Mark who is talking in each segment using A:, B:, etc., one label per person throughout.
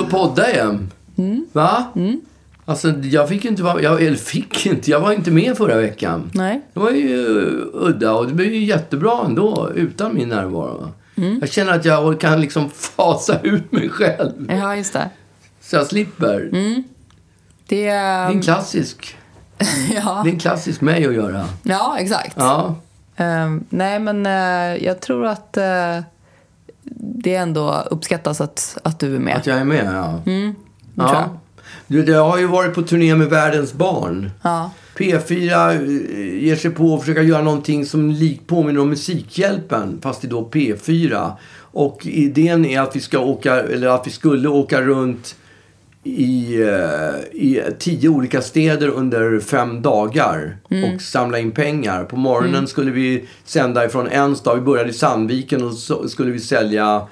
A: och podda igen.
B: Mm.
A: Va? Alltså, jag fick ju inte vara... Jag, eller fick inte. Jag var inte med förra veckan.
B: Nej.
A: Det var ju eh, udda och det blev ju jättebra ändå utan min närvaro. va?
B: Mm.
A: Jag känner att jag kan liksom fasa ut mig själv
B: Ja, just det.
A: så jag slipper.
B: Mm. Det
A: Det är
B: är... um,
A: en klassisk,
B: ja,
A: det är en klassisk mig att göra.
B: ja, exakt.
A: Ja,
B: Ehm, nej, men eh, jag tror att eh, det ändå uppskattas att, att du är med.
A: att jag är med ja.
B: Mm. tror
A: ja.
B: jag.
A: Du, jag har ju varit på turné med Världens barn.
B: Ja.
A: P4 eh, ger sig på att försöka göra någonting som lik påminner om Musikhjälpen, fast det är då P4. Och idén är att vi ska åka, eller att vi skulle åka runt i, eh, i tio olika städer under fem dagar och samla in pengar. På morgonen skulle vi sända ifrån en stad. Vi började i Sandviken och så skulle vi sälja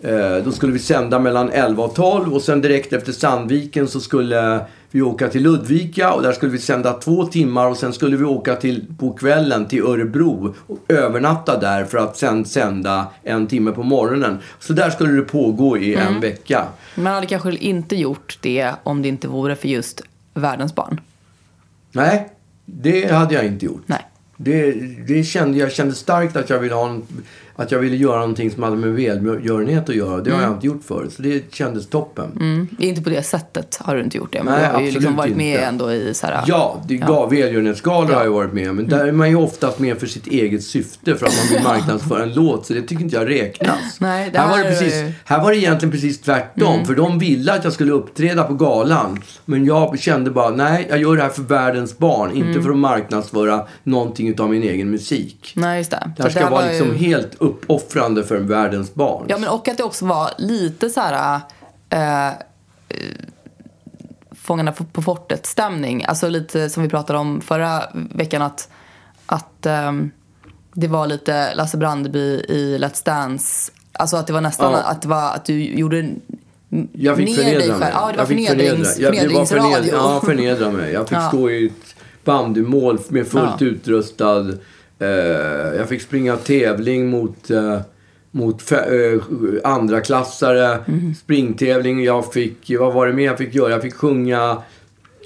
A: Eh, Då skulle vi sända mellan 11 och 12 och sen direkt efter Sandviken så skulle vi åka till Ludvika och där skulle vi sända två timmar och sen skulle vi åka till, på kvällen till Örebro och övernatta där för att sen sända en timme på morgonen. Så där skulle det pågå i en vecka.
B: Man hade kanske inte gjort det om det inte vore för just Världens barn.
A: Nej, det hade jag inte gjort.
B: Nej.
A: Det, det kände, jag kände starkt att jag, ville ha en, att jag ville göra någonting som hade med välgörenhet att göra. Det har jag inte gjort förut, så det kändes toppen.
B: Mm. Inte på det sättet har du inte gjort det. Men
A: Nej,
B: du har ju
A: absolut
B: liksom varit med
A: inte.
B: ändå i så här...
A: Ja, det gav välgörenhetsgalor har jag varit med om. Men där är man ju oftast med för sitt eget syfte för att man vill marknadsföra en låt. Så det tycker inte jag räknas.
B: Nej, det
A: här, var
B: här Mm.
A: det
B: var
A: precis,
B: ju-
A: här var det egentligen precis tvärtom. För de ville att jag skulle uppträda på galan. Men jag kände bara, nej, jag gör det här för världens barn.
B: Mm.
A: Inte för att marknadsföra någonting utav min egen musik.
B: Nej, just det.
A: Det här
B: Så
A: ska
B: Mm. där
A: vara
B: var ju-
A: liksom helt uppoffrande för världens barn.
B: Ja, men och att det också var lite så här... Eh, eh, Fångarna på på fortet-stämning. Alltså lite som vi pratade om förra veckan att, att ehm, det var lite Lasse Brandeby i Let's Dance. Alltså att det var nästan
A: Ja.
B: att, det var, att du gjorde n-
A: Jag fick
B: ner dig
A: förnedra
B: själv.
A: mig.
B: Ja, det var
A: jag fick
B: förnedrings,
A: förnedra. Jag- det var förned-
B: förnedringsradio.
A: Ja, förnedra mig. Jag fick
B: Ja.
A: stå i ett bandymål med fullt
B: Ja.
A: utrustad. Eh, jag fick springa tävling mot, eh, mot fe- eh, andraklassare.
B: Mm.
A: Springtävling. Jag fick, vad var det mer jag fick göra? Jag fick sjunga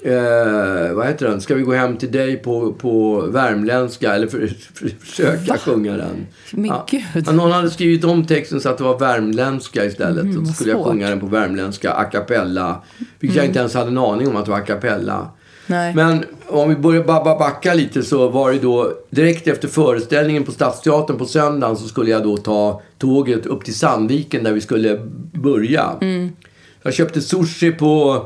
A: Eh, vad heter den? Ska vi gå hem till dig på, på värmländska? Eller för, för, försöka sjunga den.
B: Men
A: Ja.
B: gud.
A: Ja, någon hade skrivit om texten så att det var värmländska istället. och så
B: Mm, vad
A: skulle jag
B: svårt.
A: sjunga den på värmländska, a cappella. Vilket jag inte ens hade en aning om att det var a cappella.
B: Nej.
A: Men om vi börjar ba- ba- backa lite så var det då direkt efter föreställningen på Stadsteatern på söndagen så skulle jag då ta tåget upp till Sandviken där vi skulle börja. Jag köpte sushi på,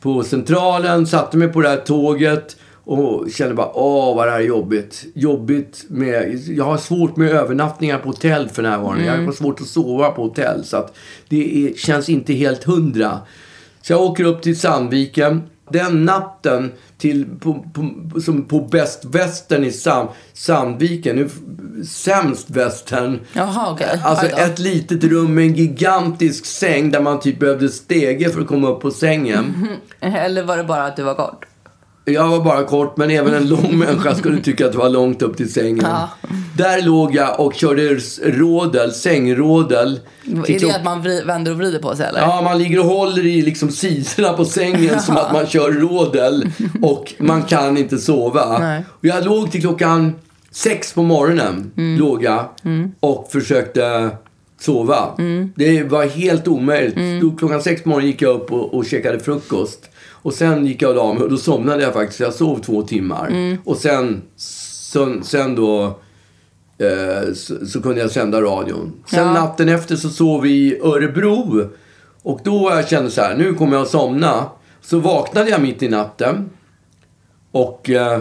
A: på Centralen, satte mig på det här tåget och kände bara åh vad det här är jobbigt. Jobbigt med, jag har svårt med övernattningar på hotell för närvarande. Jag har svårt att sova på hotell så att det är, känns inte helt hundra. Så jag åker upp till Sandviken. Den natten till, på, på, som på bäst västern i Sam, Sandviken, nu, sämst västern.
B: Jaha, okej.
A: Alltså
B: Aj då.
A: ett litet rum med en gigantisk säng där man typ behövde stege för att komma upp på sängen.
B: Mhm. Eller var det bara att du var kort?
A: Jag var bara kort, men även en lång människa skulle tycka att det var långt upp till sängen.
B: Ja.
A: Där låg jag och körde rådel, sängrådel.
B: Är det att man vri- vänder och vrider på sig eller?
A: Ja, man ligger och håller i liksom sidorna på sängen som att man kör rådel och man kan inte sova.
B: Nej.
A: Och jag låg till klockan sex på morgonen
B: Mm.
A: låg jag, och försökte sova.
B: Mm.
A: Det var helt omöjligt. Då Klockan sex på morgonen gick jag upp och, och käkade frukost. Och sen gick jag och la mig och då somnade jag faktiskt. Jag sov två timmar.
B: Mm.
A: Och sen, sen, sen då eh, så, så kunde jag sända radion. Sen
B: Ja.
A: natten efter så sov vi i Örebro. Och då var jag kände så här, nu kommer jag att somna. Så vaknade jag mitt i natten. Och eh,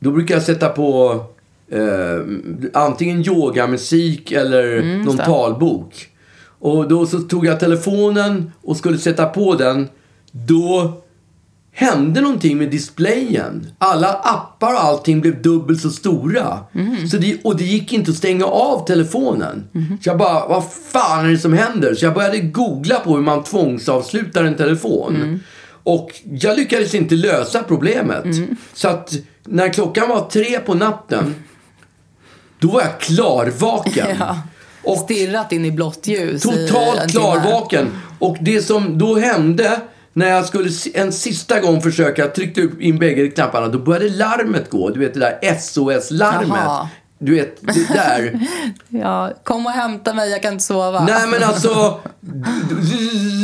A: då brukar jag sätta på eh, antingen yogamusik eller någon
B: Mm, det.
A: talbok. Och då så tog jag telefonen och skulle sätta på den. Då hände någonting med displayen. Alla appar och allting blev dubbelt så stora. Så det, och det gick inte att stänga av telefonen. Så jag bara, vad fan är det som händer? Så jag började googla på hur man tvångsavslutar en telefon. Och jag lyckades inte lösa problemet. Så att när klockan var tre på natten, då var jag klarvaken.
B: Ja.
A: Och
B: Stirrat in i blått ljus i en
A: totalt
B: timme.
A: klarvaken. Och det som då hände när jag skulle si- en sista gång försöka tryckte upp in bägge knapparna, då började larmet gå. Du vet det där SOS-larmet.
B: Jaha.
A: Du vet, det där.
B: Ja, kom och hämta mig, jag kan inte sova.
A: Nej men alltså.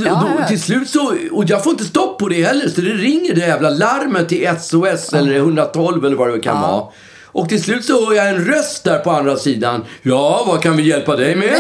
B: Ja,
A: Och då,
B: ja.
A: till slut så, och jag får inte stopp på det heller. Så det ringer det jävla larmet till SOS eller 112 eller vad det kan vara. Och till slut så hör jag en röst där på andra sidan. Ja, vad kan vi hjälpa dig med?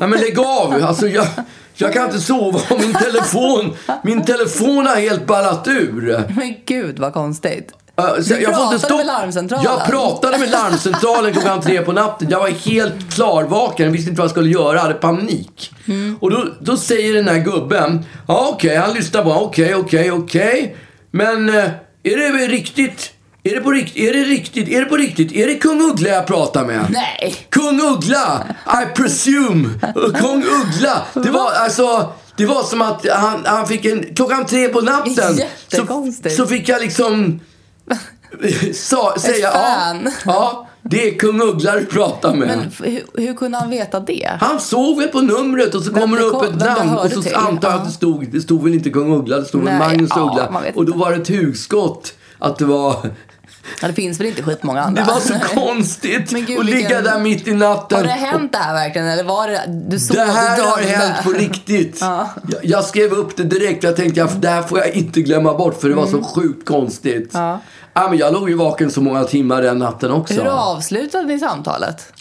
A: Nej men lägg av. Alltså jag, jag kan inte sova och min telefon, min telefon har helt ballat ur.
B: Men gud vad konstigt.
A: Uh, så
B: Du pratade med larmcentralen.
A: Jag pratade med larmcentralen klockan tre på natten. Jag var helt klarvaken. Jag visste inte vad jag skulle göra. Jag hade panik.
B: Mm.
A: Och då, då säger den här gubben. Ja, okej. han lyssnar bara. Okej, okej, okej. Men eh, är det riktigt? Är det på riktigt? Är det riktigt? Är det på riktigt? Är det kung Uggla jag pratar med?
B: Nej.
A: Kung Uggla! I presume! Kung Uggla! Det var alltså... Det var som att han, han fick en... Klockan tre på natten så,
B: Jättekonstigt.
A: så fick jag liksom... Sa, säga, ja,
B: fan.
A: ja, det är Kung Uggla du pratar med.
B: Men f- hur, hur kunde han veta det?
A: han såg väl på numret och så kommer det
B: det
A: upp
B: kom-
A: ett
B: vem det
A: namn
B: hörde
A: och så
B: till.
A: antar jag att
B: Ja.
A: det stod, det stod väl inte Kung Uggla, det stod väl
B: Nej,
A: Magnus
B: ja, man
A: Uggla.
B: vet
A: Och då
B: inte.
A: var det ett hugskott att det var
B: Ja, det finns väl inte skitmånga andra?
A: Det var så konstigt
B: Men gud,
A: att ligga
B: vilken-
A: där mitt i natten.
B: Har det hänt det här verkligen? Eller var det du såg
A: Det här
B: du
A: har
B: drömde?
A: hänt på riktigt. jag, jag skrev upp det direkt. Jag tänkte att det här får jag inte glömma bort för det var så sjukt konstigt.
B: Ja.
A: Ja, men jag låg ju vaken så många timmar den natten också.
B: Hur avslutade ni samtalet?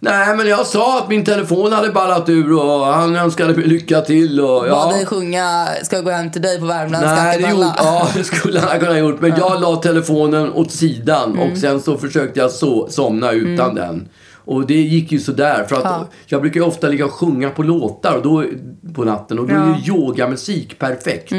A: Nej, men jag sa att min telefon hade ballat ur och han önskade mig lycka till. Och, ja.
B: Bad dig sjunga Ska jag gå hem till dig på värmländska?
A: Nej, det,
B: till
A: gjorde,
B: alla?
A: ja, det skulle han ha kunnat gjort. Men jag la telefonen åt sidan och sen så försökte jag so- somna utan den. Och det gick ju sådär. För att
B: Ja.
A: Jag brukar ju ofta ligga och sjunga på låtar och då, på natten och då är ju yogamusik perfekt.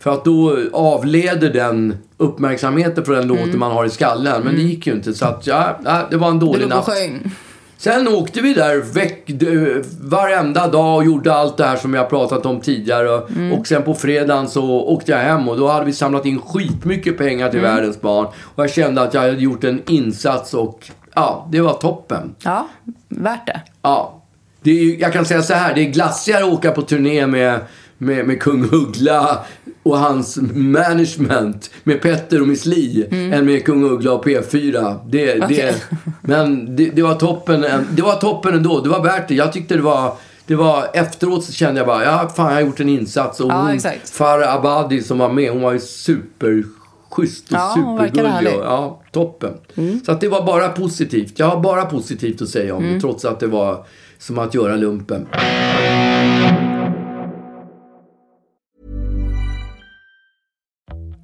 A: För att då avleder den uppmärksamheten från den låten man har i skallen. Men det gick ju inte. Så att, ja, ja, det var en
B: Du
A: dålig
B: låg och
A: natt.
B: sjöng.
A: Sen åkte vi där veck, d- varenda dag och gjorde allt det här som jag pratat om tidigare. Och sen på fredagen så åkte jag hem och då hade vi samlat in skitmycket pengar till Världens barn. Och jag kände att jag hade gjort en insats och ja, det var toppen.
B: Ja, värt det.
A: Ja. Det är, ju- jag kan säga så här, det är glassigare att åka på turné med, med, med kung Uggla och hans management med Petter och Miss Li än med kung Uggla och P4. Det, det,
B: Mm. Okej.
A: men det, det, var toppen, än- det var toppen ändå. Det var värt det. Jag tyckte det var... Det var efteråt så kände jag bara, ja fan jag har gjort en insats. Och
B: Ja,
A: hon,
B: exakt.
A: Farah Abadi som var med, hon var ju superschysst och
B: Ja, hon verkar
A: supergullig.
B: härlig.
A: Och, Ja, toppen. Så att det var bara positivt. Jag har bara positivt att säga om
B: Mm.
A: det, trots att det var som att göra lumpen.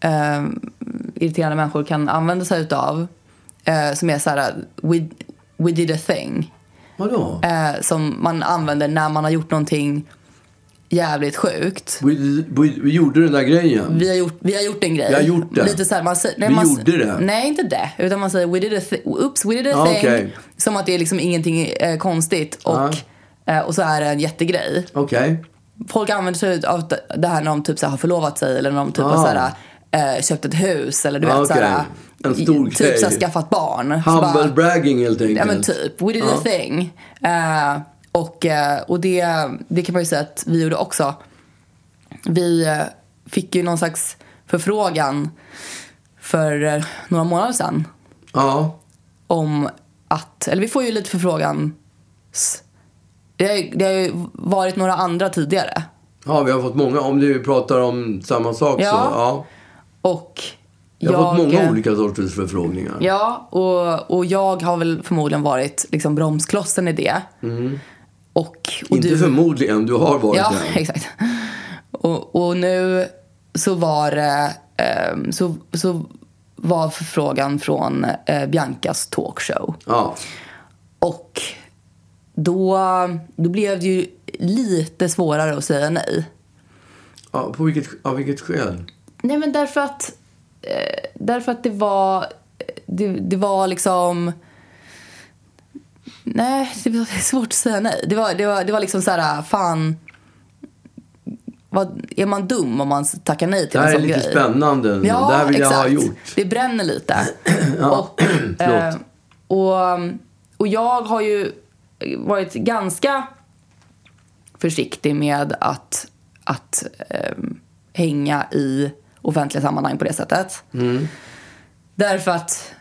B: eh, irriterande människor kan använda sig utav eh, som är så här we, we did a thing
A: Vadå?
B: eh, som man använder när man har gjort någonting jävligt sjukt.
A: Vi, vi, vi gjorde den där grejen.
B: Vi har, gjort, vi har gjort en grej.
A: Vi har gjort det.
B: Lite så här, man säger, nej,
A: Vi
B: man,
A: gjorde det.
B: Nej, inte det. Utan man säger we did a, thi- oops, we did a
A: Ja,
B: thing.
A: okej. Ah.
B: Som att det är liksom ingenting eh, konstigt och, eh, och så är det en jättegrej.
A: Okej.
B: Folk använder sig av det här när de typ så här har förlovat sig eller när de typ
A: Ah.
B: har så här, eh, köpt ett hus eller du
A: Ah,
B: vet
A: okej.
B: såhär,
A: En stor
B: typ såhär,
A: grej.
B: skaffat barn. Så
A: Humble Ah.
B: bara-
A: bragging helt enkelt.
B: Ja men typ, we did a thing. Eh, och eh, och det, det kan man ju säga att vi gjorde också. Vi eh, fick ju någon slags förfrågan för eh, några månader sedan
A: Ja.
B: om att, eller vi får ju lite förfrågan. s- Det har, ju- det har ju varit några andra tidigare.
A: ja, vi har fått många. Om du pratar om samma sak
B: Ja.
A: så. Ja.
B: Och
A: Jag har fått
B: eh,
A: många olika sorters förfrågningar.
B: Ja, och, och jag har väl förmodligen varit liksom bromsklossen i det. Och, och
A: Mm. Inte
B: du,
A: förmodligen, du har varit
B: Ja,
A: där.
B: exakt. Och, och nu så var det, ehm, så, så var förfrågan från eh, Biancas talkshow.
A: Ja.
B: Och då, då blev det ju lite svårare att säga nej.
A: ja. På vilket, av vilket skäl?
B: Nej men därför att, eh, därför att det var, det, det var liksom, nej det var svårt att säga nej. Det var, det var, det var liksom så här, fan, vad, är man dum om man tackar nej
A: Det
B: till
A: här
B: en
A: är
B: sån
A: lite
B: grej?
A: spännande. ändå.
B: Ja,
A: det här vill
B: exakt.
A: jag ha gjort.
B: Det bränner lite. och, eh,
A: förlåt.
B: och, och jag har ju varit ganska försiktig med att, att ehm, hänga i offentliga sammanhang på det sättet. Därför att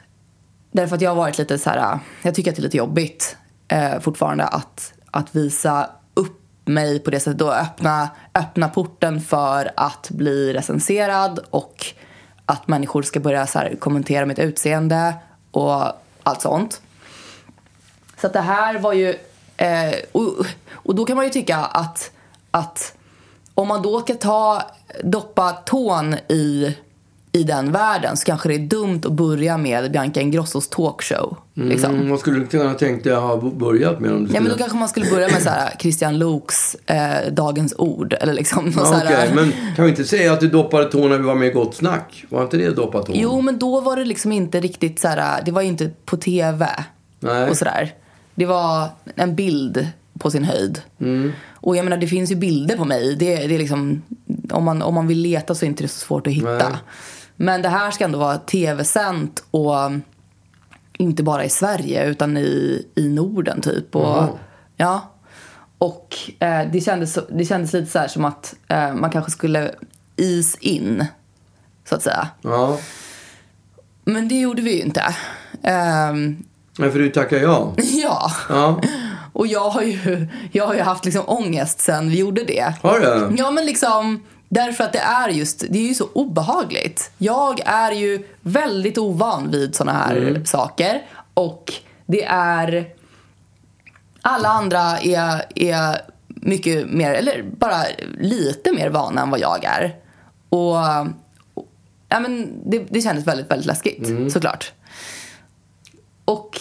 B: Därför att jag har varit lite så här, jag tycker att det är lite jobbigt eh, fortfarande att, att visa upp mig på det sättet och öppna, öppna porten för att bli recenserad och att människor ska börja så här, kommentera mitt utseende och allt sånt. Så att det här var ju... Eh, och, och då kan man ju tycka att, att om man då ska ta, doppa tån i, i den världen så kanske det är dumt att börja med Bianca Ingrossos talkshow. Liksom.
A: Mm, vad skulle du kunna tänkt dig ha börjat med? Om du
B: Ja, men då
A: skulle...
B: kanske man skulle börja med så här, Christian Loks eh, Dagens Ord. Eller liksom någon så
A: Ja,
B: här,
A: Okej, men kan vi inte säga att du doppade tån när vi var med i Gott Snack? Var inte det doppa tån?
B: Jo, men då var det liksom inte riktigt så här, det var ju inte på tv
A: Nej.
B: och sådär. Det var en bild på sin höjd.
A: Mm.
B: Och jag menar, det finns ju bilder på mig. Det, det är liksom, om, man, om man vill leta så är inte det så svårt att hitta.
A: Nej.
B: Men det här ska ändå vara tv-sänt och inte bara i Sverige utan i, i Norden typ. Och,
A: Jaha.
B: ja. och eh, det, kändes, så- det kändes lite så här som att eh, man kanske skulle is in, så att säga.
A: Ja,
B: Men det gjorde vi ju inte. Ehm,
A: men för du tackar ja.
B: ja.
A: Ja,
B: Och jag har ju, jag har ju haft liksom ångest sen vi gjorde det.
A: har du?
B: Ja men liksom, därför att det är just, det är ju så obehagligt. Jag är ju väldigt ovan vid såna här saker. Och det är, alla andra är, är mycket mer, eller bara lite mer vana än vad jag är. Och, och- ja men det, det kändes väldigt, väldigt läskigt såklart. Och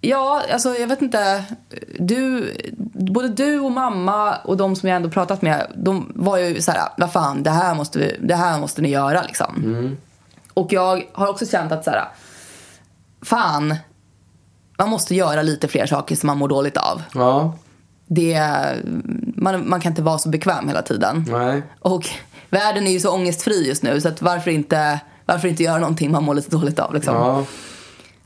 B: ja, alltså jag vet inte. Du, både du och mamma och de som jag ändå pratat med, de var ju så här, vad fan, det här måste, vi, det här måste ni göra liksom.
A: Mm.
B: Och jag har också känt att så här, fan, man måste göra lite fler saker som man mår dåligt av.
A: Ja,
B: Det, man, man kan inte vara så bekväm hela tiden.
A: nej.
B: Och världen är ju så ångestfri just nu så att varför inte, varför inte göra någonting man mår lite dåligt av liksom.
A: Ja.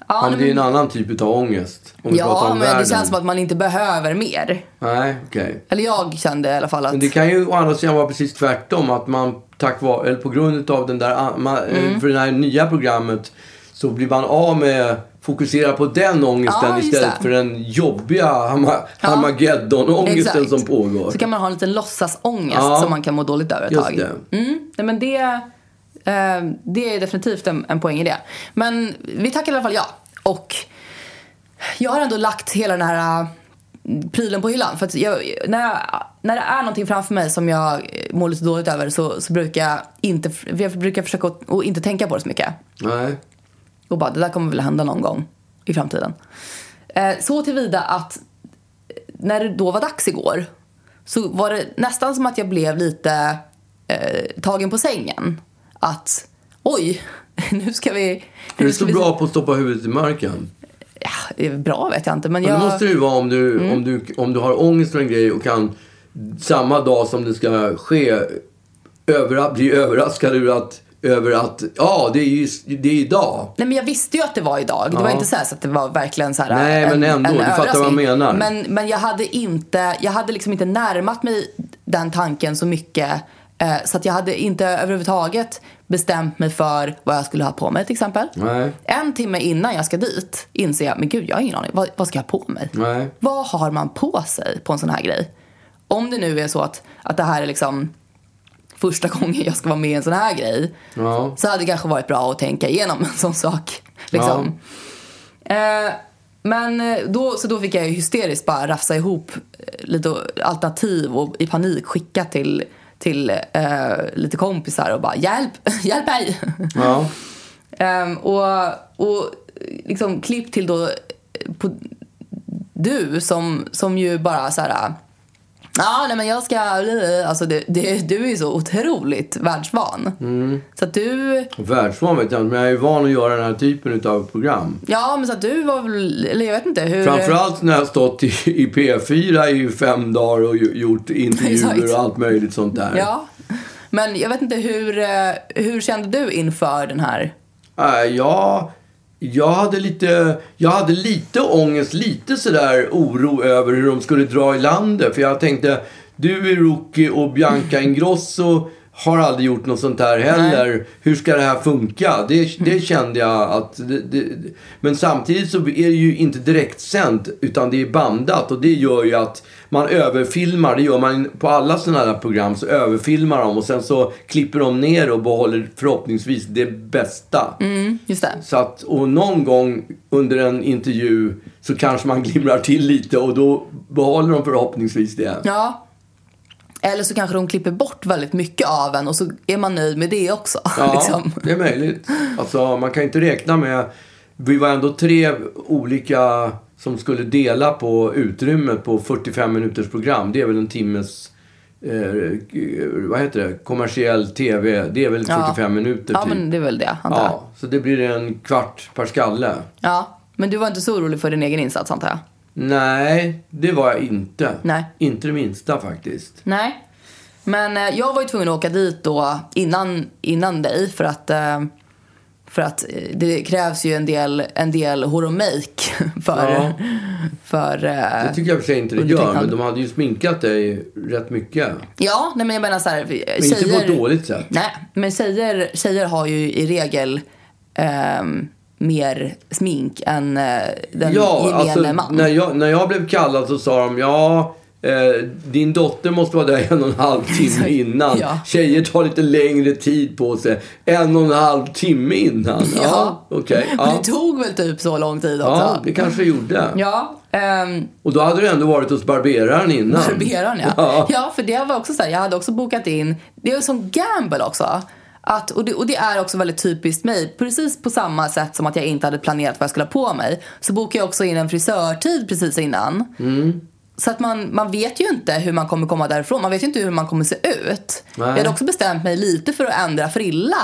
B: Ja,
A: ja,
B: nej,
A: men det är en annan typ av ångest. Om vi pratar
B: Ja,
A: om
B: men
A: världen.
B: det känns som att man inte behöver mer.
A: Nej, okej.
B: Eller jag kände i alla fall att...
A: Men det kan ju å andra sidan vara precis tvärtom. Att man tack vare, eller på grund av den där, an- man,
B: Mm.
A: för det här nya programmet så blir man av med fokusera på den ångesten
B: Ja, just
A: istället
B: det.
A: för den jobbiga Hamma- Armageddon-ångesten
B: Exakt.
A: som pågår.
B: Så kan man ha en liten låtsasångest
A: Ja.
B: som man kan må dåligt över ett
A: Just
B: tag.
A: det.
B: Mm. Nej, men det, eh, det är definitivt en, en poäng i det. Men vi tackar i alla fall ja. Och jag har ändå lagt hela den här eh, prylen på hyllan. För att jag, när, jag, när det är någonting framför mig som jag eh, mår lite dåligt över så, så brukar jag inte... Jag brukar försöka att, att inte tänka på det så mycket.
A: Nej.
B: och bara det där kommer väl hända någon gång i framtiden. Eh, så tillvida att eh, när det då var dags igår så var det nästan som att jag blev lite eh, tagen på sängen. Att oj, nu ska vi...
A: Är
B: nu
A: du
B: ska
A: så
B: vi-
A: bra på att stoppa huvudet i marken?
B: Ja, Mm. bra vet jag inte men
A: Ja.
B: jag...
A: Det måste det ju vara om du, om, du, om du har ångest för en grej och kan samma dag som det ska ske övra, bli överraskad över att över att ja, det är ju det är idag.
B: Nej men jag visste ju att det var idag. Det var
A: Ja.
B: inte så, här, så att det var verkligen så här
A: Nej, men ändå, du fattar vad jag
B: överraskning.
A: menar.
B: Men, men jag hade inte, jag hade liksom inte närmat mig den tanken så mycket. Eh, så att jag hade inte överhuvudtaget bestämt mig för vad jag skulle ha på mig till exempel.
A: Nej.
B: En timme innan jag ska dit inser jag, men gud jag har ingen aning. Vad, vad ska jag ha på mig?
A: Nej.
B: Vad har man på sig på en sån här grej? Om det nu är så att, att det här är liksom första gången jag ska vara med i en sån här grej.
A: Ja.
B: Så hade det kanske varit bra att tänka igenom en sån sak. Liksom. Eh, men eh, då, så då fick jag ju hysteriskt bara rafsa ihop eh, lite alternativ och i panik skicka till, till eh, lite kompisar och bara hjälp, hjälp mig.
A: Ja.
B: Ehm, och, och liksom klipp till då eh, på du som, som ju bara så här. Ja, nej men jag ska... Alltså det, det, du är ju så otroligt världsvan. Så att du...
A: Världsvan vet jag inte, men jag är ju van att göra den här typen av program.
B: Ja, men så att du var väl... Eller jag vet inte hur...
A: Framförallt när jag har stått i, i P4 i fem dagar och ju- gjort intervjuer
B: Exakt.
A: och allt möjligt sånt där.
B: Ja. Men jag vet inte hur... eh, Hur kände du inför den här...
A: Äh, jag, jag, hade lite, jag hade lite ångest, lite sådär oro över hur de skulle dra i landet. För jag tänkte, du är rookie och Bianca Ingrosso har aldrig gjort något sånt här heller. Hur ska det här funka? Det, det kände jag att... Det, det, men samtidigt så är det ju inte direkt sänt utan det är bandat och det gör ju att man överfilmar. Det gör man på alla sådana här program. Så överfilmar de och sen så klipper de ner och behåller förhoppningsvis det bästa.
B: Mm, just det.
A: Så att, och någon gång under en intervju så kanske man glimrar till lite och då behåller de förhoppningsvis det.
B: Ja. Eller så kanske de klipper bort väldigt mycket av en och så är man nöjd med det också.
A: Ja,
B: liksom.
A: det är möjligt. Alltså, man kan inte räkna med... Vi var ändå tre olika som skulle dela på utrymmet på 45 minuters program. Det är väl en timmes... Eh, vad heter det? Kommersiell TV. Det är väl 45 minuter
B: Ja,
A: typ.
B: men det är väl det, antar jag.
A: ja, så det blir en kvart per skalle.
B: Ja, men du var inte så orolig för din egen insats antar jag?
A: Nej, det var jag inte.
B: Nej.
A: Inte det minsta faktiskt.
B: Nej. Men eh, jag var ju tvungen att åka dit då innan, innan dig för att, eh, för att eh, det krävs ju en del, en del horomik för,
A: Ja.
B: för eh,
A: Det tycker jag i och för sig inte det gör,
B: Undertecknad.
A: men de hade ju sminkat dig rätt mycket.
B: Ja, nej, men jag menar så här,
A: Men
B: tjejer,
A: inte på ett dåligt sätt.
B: Nej, men tjejer, tjejer har ju i regel ehm, mer smink än eh, den
A: ja,
B: gemene
A: alltså,
B: man.
A: När jag, när jag blev kallad så sa de ja, eh, din dotter måste vara där en och en halv timme innan.
B: Ja.
A: Tjejer tar lite längre tid på sig. En och en halv timme innan. Ja,
B: Ja.
A: okej.
B: Men
A: Ja.
B: det tog väl typ så lång tid också?
A: ja, det kanske det gjorde.
B: Ja, ehm,
A: Och då hade du ändå varit hos barberaren innan.
B: barberaren ja. ja.
A: Ja.
B: för det var också så här, jag hade också bokat in, det är en sån gamble också. Att, och, det, och det är också väldigt typiskt mig. Precis på samma sätt som att jag inte hade planerat vad jag skulle ha på mig så bokade jag också in en frisörtid precis innan.
A: Mm.
B: Så att man, man vet ju inte hur man kommer komma därifrån. Man vet ju inte hur man kommer se ut.
A: Nej.
B: Jag hade också bestämt mig lite för att ändra frilla.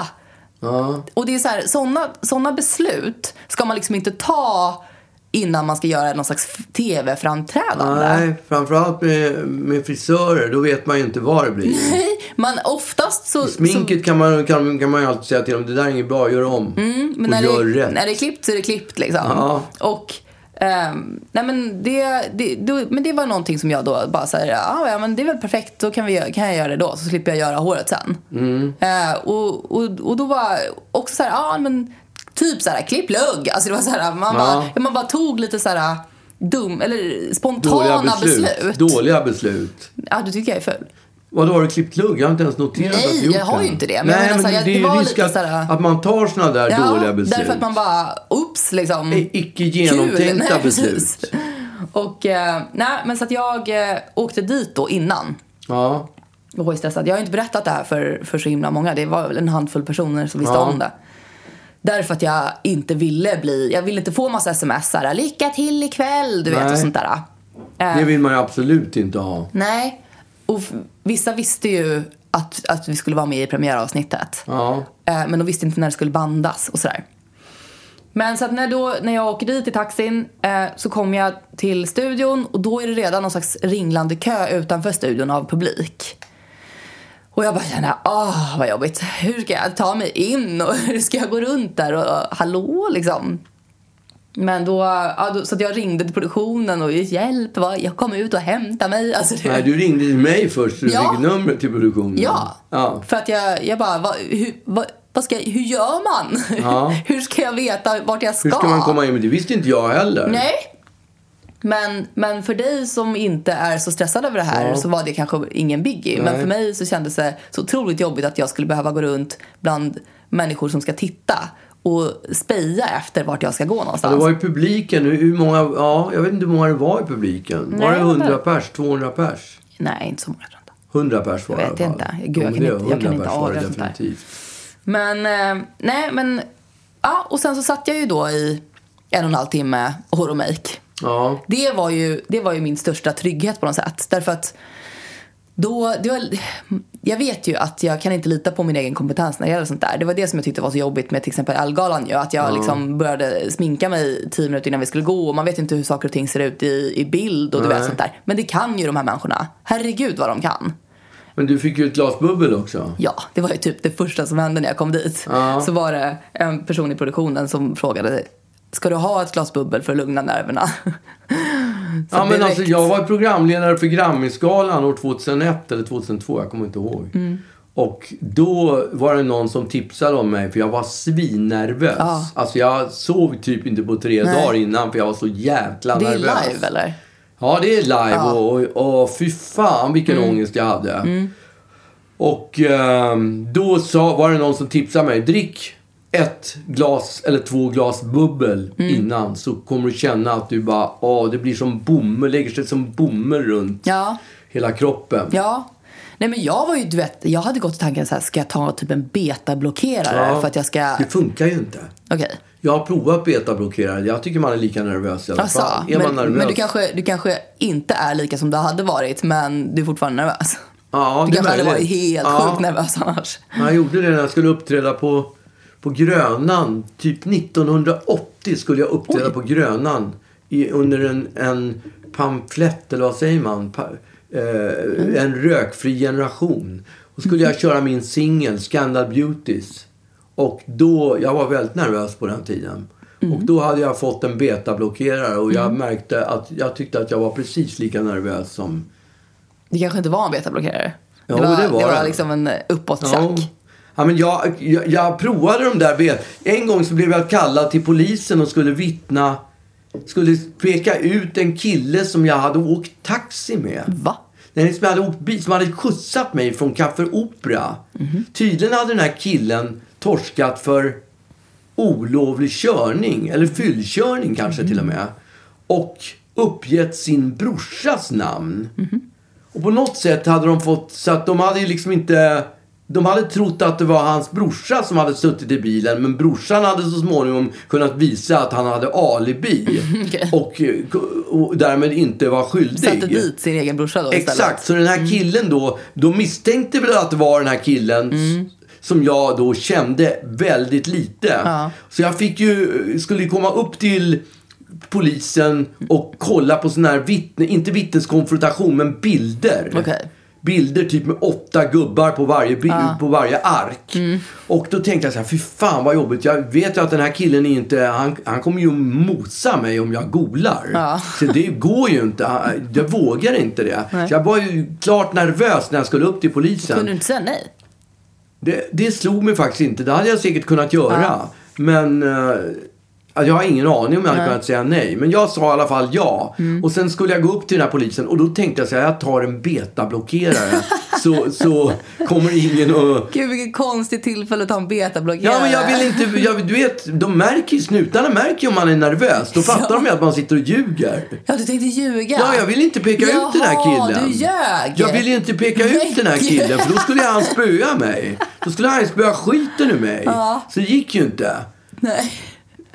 A: Ja.
B: Och det är så här, såna, såna beslut ska man liksom inte ta innan man ska göra någon slags tv-framträdande.
A: Nej, framförallt med, med frisörer, då vet man ju inte vad det blir.
B: Nej, man oftast så...
A: Sminket kan man, kan, kan man ju alltid säga till dem, det där är inget bra, gör om.
B: så, Mm, men
A: och
B: när,
A: gör
B: det,
A: rätt.
B: när det är klippt så är det klippt liksom.
A: Ja.
B: Och, ehm, nej men det, det, då, men det var någonting som jag då bara såhär, ah, ja men det är väl perfekt, då kan, vi, kan jag göra det då så slipper jag göra håret sen.
A: Mm.
B: Eh, och, och, och då var också såhär, ja ah, men typ såhär, klipp lugg. Alltså det var såhär, man,
A: Ja.
B: bara, ja, man bara tog lite såhär dum, eller spontana
A: Dåliga
B: beslut.
A: beslut. Dåliga beslut.
B: Ja, du tycker jag är ful.
A: Vadå, har du klippt lugg? Jag har inte ens noterat
B: Nej,
A: att du gjort
B: jag har
A: det.
B: ju inte det, men
A: Nej,
B: jag menar så här,
A: men
B: jag-
A: det
B: det
A: är ju
B: var
A: risk
B: lite
A: att,
B: så här-
A: att man tar sådana där dåliga beslut.
B: Därför att man bara, oops liksom.
A: I- icke genomtänkta
B: nej,
A: beslut.
B: precis. Och, eh, nej, men så att jag eh, åkte dit då innan.
A: Ja,
B: Och var ju stressad. Jag har ju inte berättat det här för, för så himla många. Det var väl en handfull personer som visste
A: Ja.
B: om det. Därför att jag inte ville bli, jag ville inte få massa sms här, lycka till ikväll, du vet
A: Nej.
B: och sånt där. Eh,
A: det vill man ju absolut inte ha.
B: Nej. Och f- vissa visste ju att, att vi skulle vara med i premiäravsnittet.
A: Ja.
B: Eh, Men de visste inte när det skulle bandas och sådär. Men så att när, då, när jag åker dit i taxin eh, så kommer jag till studion och då är det redan någon slags ringlande kö utanför studion av publik. Och jag bara kände, åh vad jobbigt. Hur ska jag ta mig in och hur ska jag gå runt där och, och hallå liksom. Men då, ja, då, så att jag ringde till produktionen och hjälp, vad, jag kom ut och hämta mig. Alltså det,
A: Nej, du ringde till mig först så du
B: Ja.
A: fick numret till produktionen.
B: Ja.
A: ja.
B: För att jag, jag bara, vad, hur, vad, vad ska, hur gör man?
A: Ja.
B: hur ska jag veta vart jag ska?
A: Hur ska man komma in? Men det visste inte jag heller.
B: Nej. Men, men för dig som inte är så stressad över det här
A: Ja.
B: så var det kanske ingen biggie.
A: Nej.
B: Men för mig så kändes det så otroligt jobbigt att jag skulle behöva gå runt bland människor som ska titta och speja efter vart jag ska gå
A: Ja,
B: någonstans.
A: det var ju publiken. Hur hur många, ja, jag vet inte hur många det var i publiken. var det
B: jag vet
A: 100
B: inte.
A: pers? 200 pers?
B: Nej, inte så många tror jag inte.
A: 100 pers var
B: Jag
A: det
B: vet
A: i alla fall.
B: inte. Gud, jag
A: men
B: kan
A: det-
B: inte- jag
A: 100
B: kan inte
A: pers var det
B: avgöra sånt där.
A: definitivt.
B: Men, eh, nej men, ja och sen så satt jag ju då i en och en halv timme och horomake.
A: Ja.
B: Det var, ju, det var ju min största trygghet på något sätt. Därför att då, det var, jag vet ju att jag kan inte lita på min egen kompetens när det gäller sånt där. Det var det som jag tyckte var så jobbigt med till exempel Allgalan ju. Att jag liksom började sminka mig tio minuter innan vi skulle gå och man vet ju inte hur saker och ting ser ut i, i bild och du vet
A: Nej.
B: sånt där. Men det kan ju de här människorna. Herregud vad de kan.
A: Men du fick ju ett glas bubbel också.
B: Ja, det var ju typ det första som hände när jag kom dit.
A: Ja.
B: Så var det en person i produktionen som frågade Ska du ha ett glas bubbel för att lugna nerverna? Så
A: Ja, men
B: direkt-
A: alltså, jag var programledare för Grammisgalan år 2001 eller 2002, jag kommer inte ihåg.
B: Mm.
A: Och då var det någon som tipsade om mig för jag var svinnervös.
B: Ja.
A: Alltså jag sov typ inte på tre
B: Nej.
A: dagar innan för jag var så jävla
B: Det är
A: nervös.
B: live eller?
A: Ja, det är live och, och, och fy fan vilken
B: Mm.
A: ångest jag hade. Och ehm, då sa, var det någon som tipsade mig, drick ett glas eller två glas bubbel
B: Mm.
A: innan så kommer du känna att du bara, åh, det blir som bomull, lägger sig som bomull runt
B: Ja.
A: hela kroppen.
B: Ja. Nej men jag var ju, du vet, jag hade gått i tanken så här, ska jag ta typ en betablockerare
A: Ja,
B: för att jag ska,
A: Det
B: okej.
A: funkar ju inte. Jag har provat betablockerare. Jag tycker man är lika nervös i alla
B: Alltså,
A: fall. Är man
B: men,
A: nervös?
B: men du, kanske, du kanske inte är lika som du hade varit men du är fortfarande nervös.
A: ja,
B: Du
A: det är
B: kanske hade varit
A: möjligt.
B: helt
A: Ja.
B: sjukt nervös annars.
A: Jag gjorde det när jag skulle uppträda på, på Grönan. Typ 1980 skulle jag uppträda på Grönan i, under en, en pamflett, eller vad säger man? Pa, eh, en rökfri generation. Och skulle jag köra min singel Scandal Beauties. Och då, jag var väldigt nervös på den tiden. Och då hade jag fått en betablockerare och jag märkte att jag tyckte att jag var precis lika nervös som...
B: Det kanske inte var en betablockerare.
A: Jo,
B: det var,
A: det var
B: det var
A: det.
B: liksom en uppåtchack.
A: Ja. Ja, men jag, jag, jag provade de där bet. En gång så blev jag kallad till polisen och skulle vittna. Skulle peka ut en kille som jag hade åkt taxi med.
B: Va?
A: Nej, som jag hade åkt bil, som hade skjutsat mig från Café Opera.
B: Mhm.
A: Tydligen hade den här killen torskat för olovlig körning, eller fyllkörning
B: Mhm.
A: kanske till och med. Och uppgett sin brorsas namn.
B: Mhm.
A: Och på något sätt hade de fått, så att de hade ju liksom inte... De hade trott att det var hans brorsa som hade suttit i bilen men brorsan hade så småningom kunnat visa att han hade alibi.
B: Okej.
A: och, och därmed inte var skyldig.
B: Satte dit sin egen brorsa då istället. Mm.
A: Exakt, så den här killen då, de misstänkte väl att det var den här killen
B: Mm.
A: s- som jag då kände väldigt lite.
B: Ja.
A: Så jag fick ju, skulle ju komma upp till polisen och kolla på sån här vittne, inte vittneskonfrontation, men bilder.
B: Okej.
A: Bilder typ med åtta gubbar på varje, bi- på varje ark.
B: Mm.
A: Och då tänkte jag så här, fy fan vad jobbigt. Jag vet ju att den här killen är inte, han, han kommer ju mosa mig om jag golar.
B: Ja.
A: Så det går ju inte. Han- Jag vågar inte det. Så jag var ju klart nervös när jag skulle upp till
B: Kunde
A: polisen.
B: du inte säga nej?
A: Det, det slog mig faktiskt inte. Det hade jag säkert kunnat göra. Men eh, alltså, jag har ingen aning om jag hade kunnat säga nej. Mm. Men jag sa i alla fall ja. Och sen skulle jag gå upp till den här polisen och då tänkte jag så här, jag tar en betablockerare. så, så kommer ingen och...
B: Gud vilket konstigt tillfälle att ta en betablockerare.
A: Ja, men jag vill inte... Jag, du vet, de märker ju, snutarna märker ju om man är nervös. Då fattar de ju att man sitter och ljuger.
B: Ja, du tänkte ljuga.
A: Ja, jag vill inte peka ut den här
B: Jaha,
A: killen.
B: du ljög.
A: Jag vill inte peka ut den här
B: Nej.
A: killen för då skulle han spöa mig. Då skulle han spöa skiten ur mig. Så det gick ju inte.
B: Nej.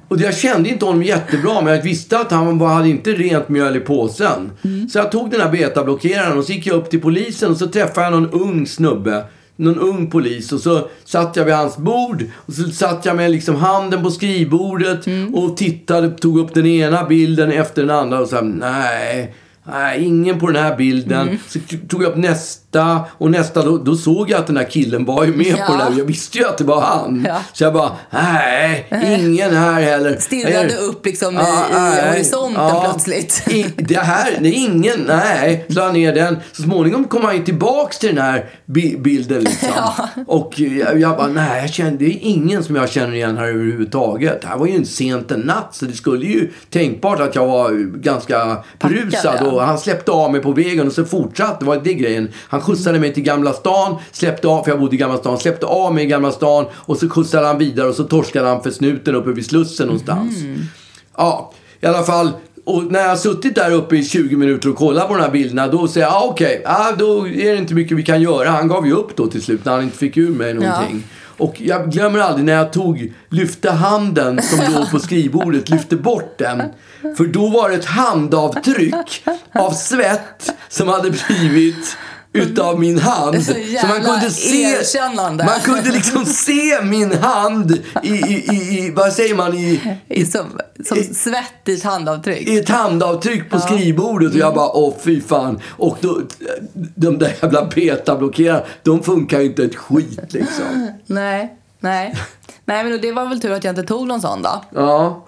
A: Och jag kände inte honom jättebra men jag visste att han bara hade inte rent mjöl i påsen. Så jag tog den här betablockeraren och så gick jag upp till polisen och så träffade jag någon ung snubbe. Någon ung polis och så satt jag vid hans bord och så satt jag med liksom handen på skrivbordet och tittade, tog upp den ena bilden efter den andra och så här, nej, nej, ingen på den här bilden. Så t- tog jag upp nästa nästa och nästa. Då, då såg jag att den där killen var ju med
B: Ja.
A: på det där. Jag visste ju att det var han.
B: Ja.
A: Så jag bara, nej, ingen här heller.
B: Stirrade
A: Nej.
B: upp liksom i- i
A: Ah, nej.
B: horisonten plötsligt.
A: I, det här, det är ingen, nej. Så han ner den. Så småningom kom han ju tillbaks till den här bi- bilden liksom. Och jag, jag bara, nej, jag kände, det är ingen som jag känner igen här överhuvudtaget. Det här var ju en sent en natt, så det skulle ju tänkbart att jag var ganska
B: Packad,
A: berusad.
B: ja.
A: Och han släppte av mig på vägen och så fortsatte, var det grejen. Han skjutsade mig till Gamla stan, släppte av, för jag bodde i Gamla stan, släppte av mig i Gamla stan och så skjutsade han vidare och så torskade han för snuten uppe vid Slussen någonstans.
B: Mm.
A: Ja, i alla fall. Och när jag har suttit där uppe i 20 minuter och kollat på de här bilderna, då säger jag ah, okej, ah, då är det inte mycket vi kan göra. Han gav ju upp då till slut när han inte fick ur mig någonting. Och jag glömmer aldrig när jag tog, lyfte handen som låg på skrivbordet, lyfte bort den. För då var det ett handavtryck av svett som hade blivit utav min hand.
B: Så
A: så man
B: jävla
A: kunde se,
B: erkännande.
A: man kunde liksom se min hand i, i, i, i vad säger man, i,
B: I- Som, som svettigt handavtryck.
A: i ett handavtryck på skrivbordet och jag
B: Mm.
A: bara åh fy fan. Och då, de där jävla betablockerarna, de funkar ju inte ett skit liksom.
B: Nej, nej. Nej, men det var väl tur att jag inte tog någon sån då.
A: Ja.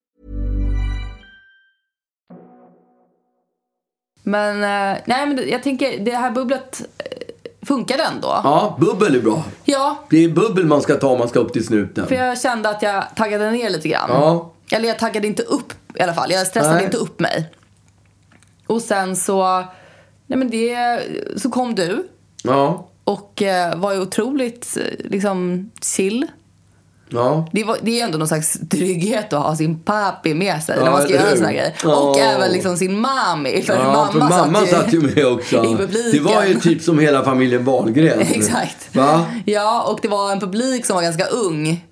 B: Men, eh, nej, men jag tänker, det här bubblet eh, funkade ändå.
A: ja, bubbel är bra.
B: Ja,
A: Det är bubbel man ska ta om man ska upp till snuten.
B: för jag kände att jag taggade ner lite grann.
A: Ja.
B: Eller jag taggade inte upp i alla fall. Jag stressade
A: Nej.
B: inte upp mig. Och sen så, nej men det, så kom du
A: Ja,
B: och eh, var ju otroligt eh, liksom chill.
A: ja.
B: Det, var, det är ju ändå någon slags trygghet att ha sin pappi med sig
A: Ja,
B: när man ska
A: eller
B: göra
A: hur?
B: såna här grejer. Och
A: Ja.
B: även liksom sin mami. För
A: Ja,
B: mamma,
A: för mamma satt ju, med
B: i
A: också.
B: publiken.
A: Det var ju typ som hela familjen Wahlgren.
B: Exakt.
A: Va?
B: Ja, och det var en publik som var ganska ung.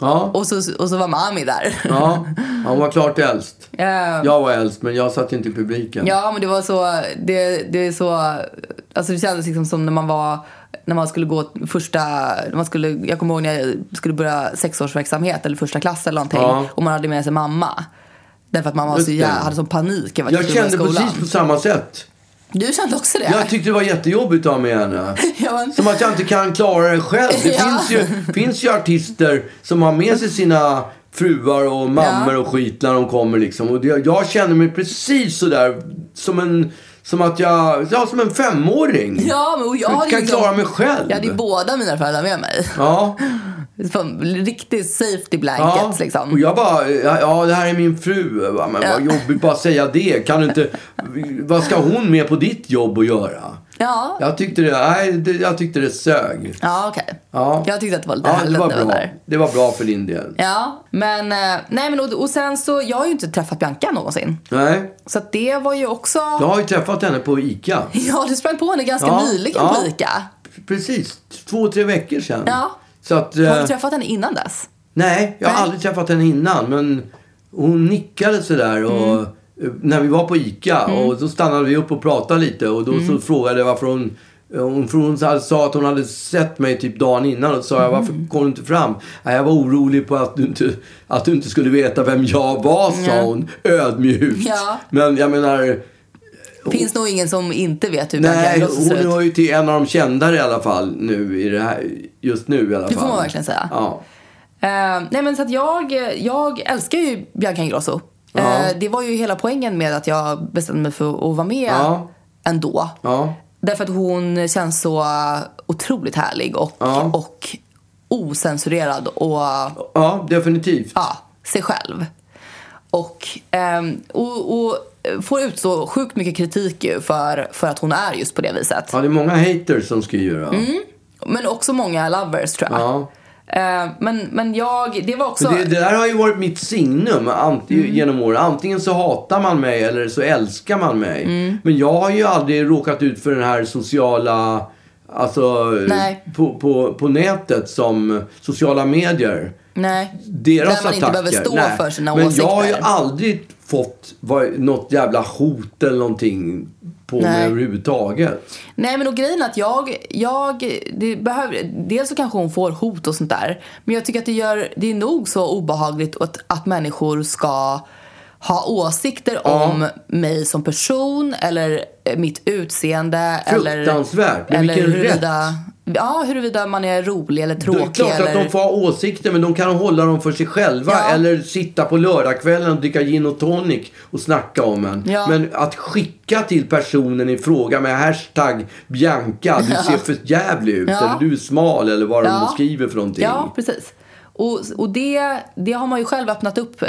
A: Ja.
B: Och så, och så var mami där.
A: Ja, han var klart äldst.
B: Eh,
A: Jag var äldst, men jag satt inte i publiken.
B: Ja, men det var så... Det, det är så... Alltså det kändes liksom som när man var... När man skulle gå första... När man skulle, jag kommer ihåg när jag skulle börja sexårsverksamhet eller första klass eller någonting.
A: Ja.
B: Och man hade med sig mamma. Därför att mamma var
A: Just
B: så jä-
A: det.
B: hade sån panik över att jag
A: jag
B: skulle börja
A: kände
B: skolan.
A: precis på samma sätt.
B: Du kände också det?
A: Jag tyckte det var jättejobbigt av med henne.
B: Ja, men-
A: Som att jag inte kan klara det själv. Det
B: Ja.
A: finns, ju, finns ju artister som har med sig sina fruar och mammor och skit när de kommer liksom. Och det, jag känner mig precis sådär som en, som att jag, ja som en femåring.
B: Ja, men och jag
A: Som
B: hade
A: inte kan
B: liksom-
A: klara mig själv.
B: Jag hade ju båda mina föräldrar med mig.
A: Ja,
B: Fan, Riktigt safety blankets
A: ja.
B: liksom.
A: och jag bara, ja ja, det här är min fru. Jag bara, Men vad jobbigt bara säga det. Kan du inte, vad ska hon med på ditt jobb att göra?
B: Ja,
A: Jag tyckte det, nej, det, jag tyckte det sög.
B: ja okej.
A: Ja.
B: Jag tyckte att det var lite
A: ja,
B: härligt
A: det var
B: när jag
A: bra.
B: var där.
A: Det var bra för din del.
B: Ja, men, eh, nej, men och, och sen så, jag har ju inte träffat Bianca någonsin.
A: Nej,
B: Så att det var ju också...
A: jag har ju träffat henne på ICA.
B: Ja, du sprang på henne ganska
A: Ja,
B: nyligen
A: ja.
B: på ICA.
A: Precis, två, tre veckor sedan.
B: Ja.
A: Så att,
B: Har
A: eh,
B: du träffat henne innan dess?
A: nej, jag har
B: Nej.
A: aldrig träffat henne innan. Men hon nickade sådär och,
B: Mm.
A: eh, när vi var på ICA. Och då stannade vi upp och pratade lite. Och då
B: Mm.
A: så frågade jag varför hon... eh, Hon, för hon sa- sa att hon hade sett mig typ dagen innan och sa jag varför
B: Mm.
A: kom du inte fram? Nej, jag var orolig på att du inte, att du inte skulle veta vem jag var, sa hon ödmjukt.
B: Ja.
A: Men jag menar,
B: Finns nog ingen som inte vet hur
A: Oh. Nej,
B: Backyard Lost ser
A: hon
B: ut.
A: hör ju till en av de kändare i alla fall nu i det här, just nu i alla fall.
B: Det får man verkligen säga.
A: Ja.
B: Eh, nej men så att jag, jag älskar ju Bianca Ingrosso. Eh,
A: Ja.
B: det var ju hela poängen med att jag bestämde mig för att vara med
A: Ja.
B: ändå.
A: Ja.
B: Därför att hon känns så otroligt härlig och,
A: Ja.
B: och osensurerad och
A: ja, definitivt.
B: ja, sig själv. Och, ehm, och, och får utstå sjukt mycket kritik ju för, för att hon är just på det viset.
A: Ja, det är många haters som skriver. Ja.
B: Mm. Men också många lovers tror jag.
A: Ja.
B: Eh, men, men jag, det var också...
A: Men Det, det där har ju varit mitt signum ant-
B: Mm.
A: genom åren. Antingen så hatar man mig eller så älskar man mig.
B: Mm.
A: Men jag har ju aldrig råkat ut för den här sociala... Alltså
B: Nej.
A: på, på, på nätet som sociala medier.
B: Nej.
A: deras
B: Där man inte
A: attacker.
B: behöver stå
A: Nej.
B: för sina
A: Men
B: åsikter.
A: jag har ju aldrig fått vad- något jävla hot eller någonting på mig
B: Nej.
A: överhuvudtaget.
B: Nej men och grejen är att jag, jag det behöver, dels så kanske hon får hot och sånt där. Men jag tycker att det, gör, det är nog så obehagligt att, att människor ska ha åsikter om mig som person eller eh, mitt utseende.
A: Fruktansvärt, men
B: Eller, eller
A: vilken
B: huruvida, ja, huruvida man är rolig eller
A: Det
B: tråkig.
A: är klart
B: eller...
A: att de får ha åsikter men de kan hålla dem för sig själva
B: Ja.
A: eller sitta på lördagskvällen och dricka gin och tonic och snacka om en.
B: Ja.
A: Men att skicka till personen i fråga med hashtag Bianca, du ser för jävlig ut
B: Ja.
A: eller du är smal eller vad de
B: Ja.
A: skriver för någonting.
B: Ja, precis. Och, och det, det har man ju själv öppnat upp eh,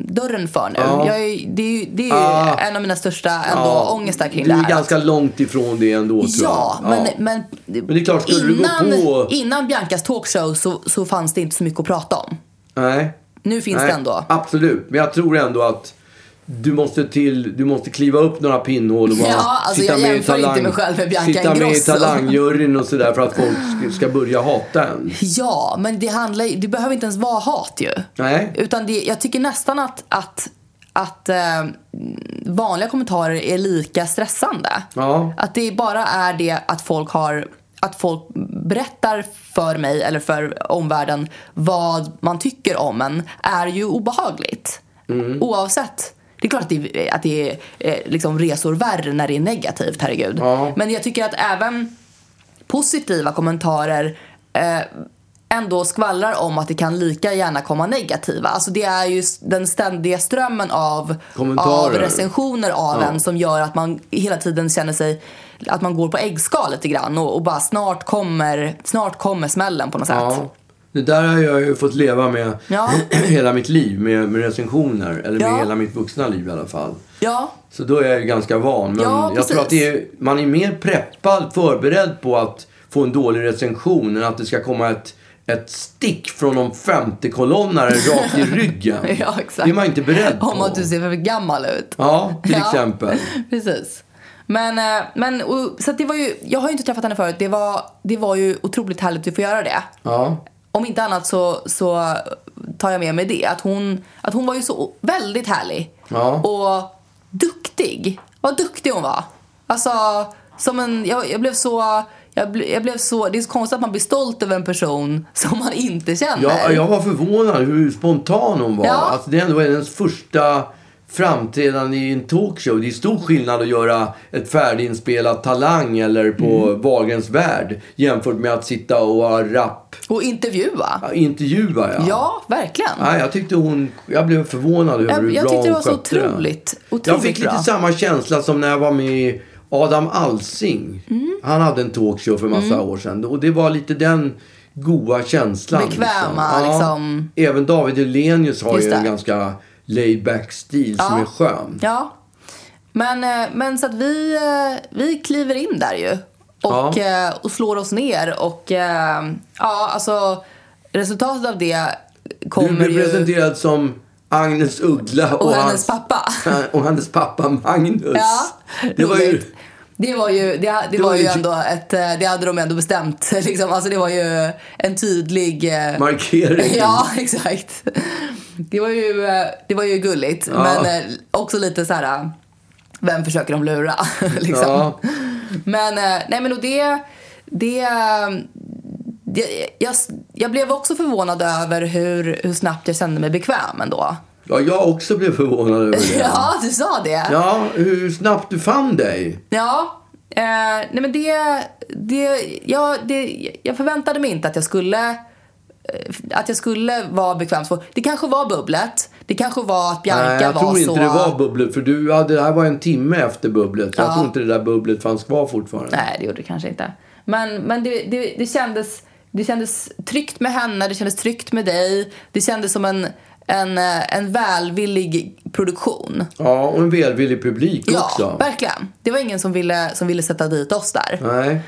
B: dörren för nu.
A: Ja.
B: Jag är, det är, ju- det är ju
A: Ah.
B: en av mina största ändå ångestar kring
A: du
B: det
A: är
B: här.
A: ganska långt ifrån det ändå tror
B: Ja,
A: jag.
B: men, Men,
A: Men det är klart, skulle du gå
B: innan,
A: på-
B: innan Biancas talkshow så, så fanns det inte så mycket att prata om.
A: Nej.
B: Nu finns
A: Nej,
B: det ändå.
A: Absolut, men jag tror ändå att du måste, till, du måste kliva upp några pinnhål och bara
B: Ja, alltså
A: sitta
B: jag
A: med i
B: jämför inte
A: talang,
B: mig själv med Bianca
A: Sitta med i
B: Ingrosso.
A: talangjuryn och sådär för att folk ska, ska börja hata en.
B: Ja, men det, handlar, ju- det behöver inte ens vara hat ju.
A: Nej.
B: Utan det, jag tycker nästan att, att, att eh, vanliga kommentarer är lika stressande.
A: Ja.
B: Att det bara är det att folk har att folk berättar för mig eller för omvärlden vad man tycker om en är ju obehagligt.
A: Mm.
B: Oavsett. Det är klart att det, att det är eh, liksom resor värre när det är negativt, herregud.
A: Ja.
B: Men jag tycker att även positiva kommentarer eh, ändå skvallrar om att det kan lika gärna komma negativa. Alltså det är ju s- den ständiga strömmen av, av
A: Kommentarer.
B: recensioner av
A: Ja.
B: en som gör att man hela tiden känner sig att man går på äggskal lite grann och, och bara snart kommer, snart kommer smällen på något sätt.
A: Ja. Det där har jag ju fått leva med
B: Ja.
A: hela mitt liv, med, med recensioner. Eller
B: Ja.
A: med hela mitt vuxna liv i alla fall.
B: Ja,
A: Så då är jag ju ganska van. Men
B: Ja,
A: jag tror
B: precis.
A: att det är, man är mer preppad, förberedd på att få en dålig recension än att det ska komma ett, ett stick från någon femtekolonnare rakt i ryggen.
B: ja exakt.
A: Det är man inte beredd på.
B: Om att du ser för gammal ut.
A: Ja, till exempel.
B: Precis. Men, eh, men och, så att det var ju, jag har ju inte träffat henne förut. Det var, det var ju otroligt härligt att få göra det.
A: Ja.
B: Om inte annat så, så tar jag med mig det. Att hon, att hon var ju så väldigt härlig.
A: Ja.
B: Och duktig. Vad duktig hon var. Alltså, som en, jag, jag blev så... Jag ble, jag blev så, det är så konstigt att man blir stolt över en person som man inte känner.
A: Jag, jag var förvånad hur spontan hon var.
B: Ja.
A: Alltså, det ändå var hennes första framträdande i en talkshow. Det är stor skillnad att göra ett färdiginspelat Talang eller på
B: Mm.
A: Wahlgrens Värld jämfört med att sitta och vara rapp
B: Och intervjua. Ja,
A: intervjua. Ja.
B: verkligen.
A: Nej, jag tyckte hon... Jag blev förvånad över
B: Jag-
A: hur
B: jag
A: bra
B: tyckte
A: hon
B: det var så
A: skötte
B: otroligt-
A: Jag
B: otroligt
A: fick
B: bra.
A: lite samma känsla som när jag var med i Adam Alsing.
B: Mm.
A: Han hade en talkshow för massa år sedan. Och det var lite den goa känslan.
B: Bekväma, liksom.
A: Ja, även David Hellenius har
B: Just
A: ju en
B: det.
A: ganska laid back stil som är skön.
B: Ja. Men, eh, men så att vi, eh, vi kliver in där ju. Och,
A: Ja.
B: eh, och slår oss ner. Och eh, ja, alltså resultatet av det
A: Du
B: kommer
A: blev
B: ju...
A: presenterad som Agnes Uggla och,
B: Och hennes pappa.
A: och hennes pappa Magnus.
B: Ja,
A: det var ju
B: roligt. Det var ju, det, det var
A: var
B: ju
A: ju-
B: ändå ett, eh, det hade de ändå bestämt. Liksom. Alltså det var ju en tydlig... eh,
A: markering.
B: Ja, exakt. Det var ju, eh, det var ju gulligt. Men eh, också lite så här... eh, Vem försöker de lura? liksom.
A: Ja.
B: Men, eh, nej men och det... det eh, det- jag, jag blev också förvånad över hur, hur snabbt jag kände mig bekväm ändå.
A: Ja, jag också blev förvånad över det.
B: Ja, du sa det.
A: Ja, hur snabbt du fann dig.
B: Ja. Eh, nej men det, det, ja, det... Jag förväntade mig inte att jag skulle eh, att jag skulle vara bekvämsvår. Det kanske var bubblet. Det kanske var att Bianca
A: Nej, jag
B: var
A: tror inte
B: så...
A: det var bubblet. För du, ja, det här var en timme efter bubblet. Jag
B: Ja.
A: tror inte det där bubblet fanns kvar fortfarande.
B: Nej, det gjorde det kanske inte. Men, men det, det, det, kändes, det kändes tryggt med henne, det kändes tryggt med dig. Det kändes som en, en, eh, en välvillig produktion.
A: Ja, och en välvillig publik också.
B: verkligen. Det var ingen som ville, som ville sätta dit oss där.
A: Nej.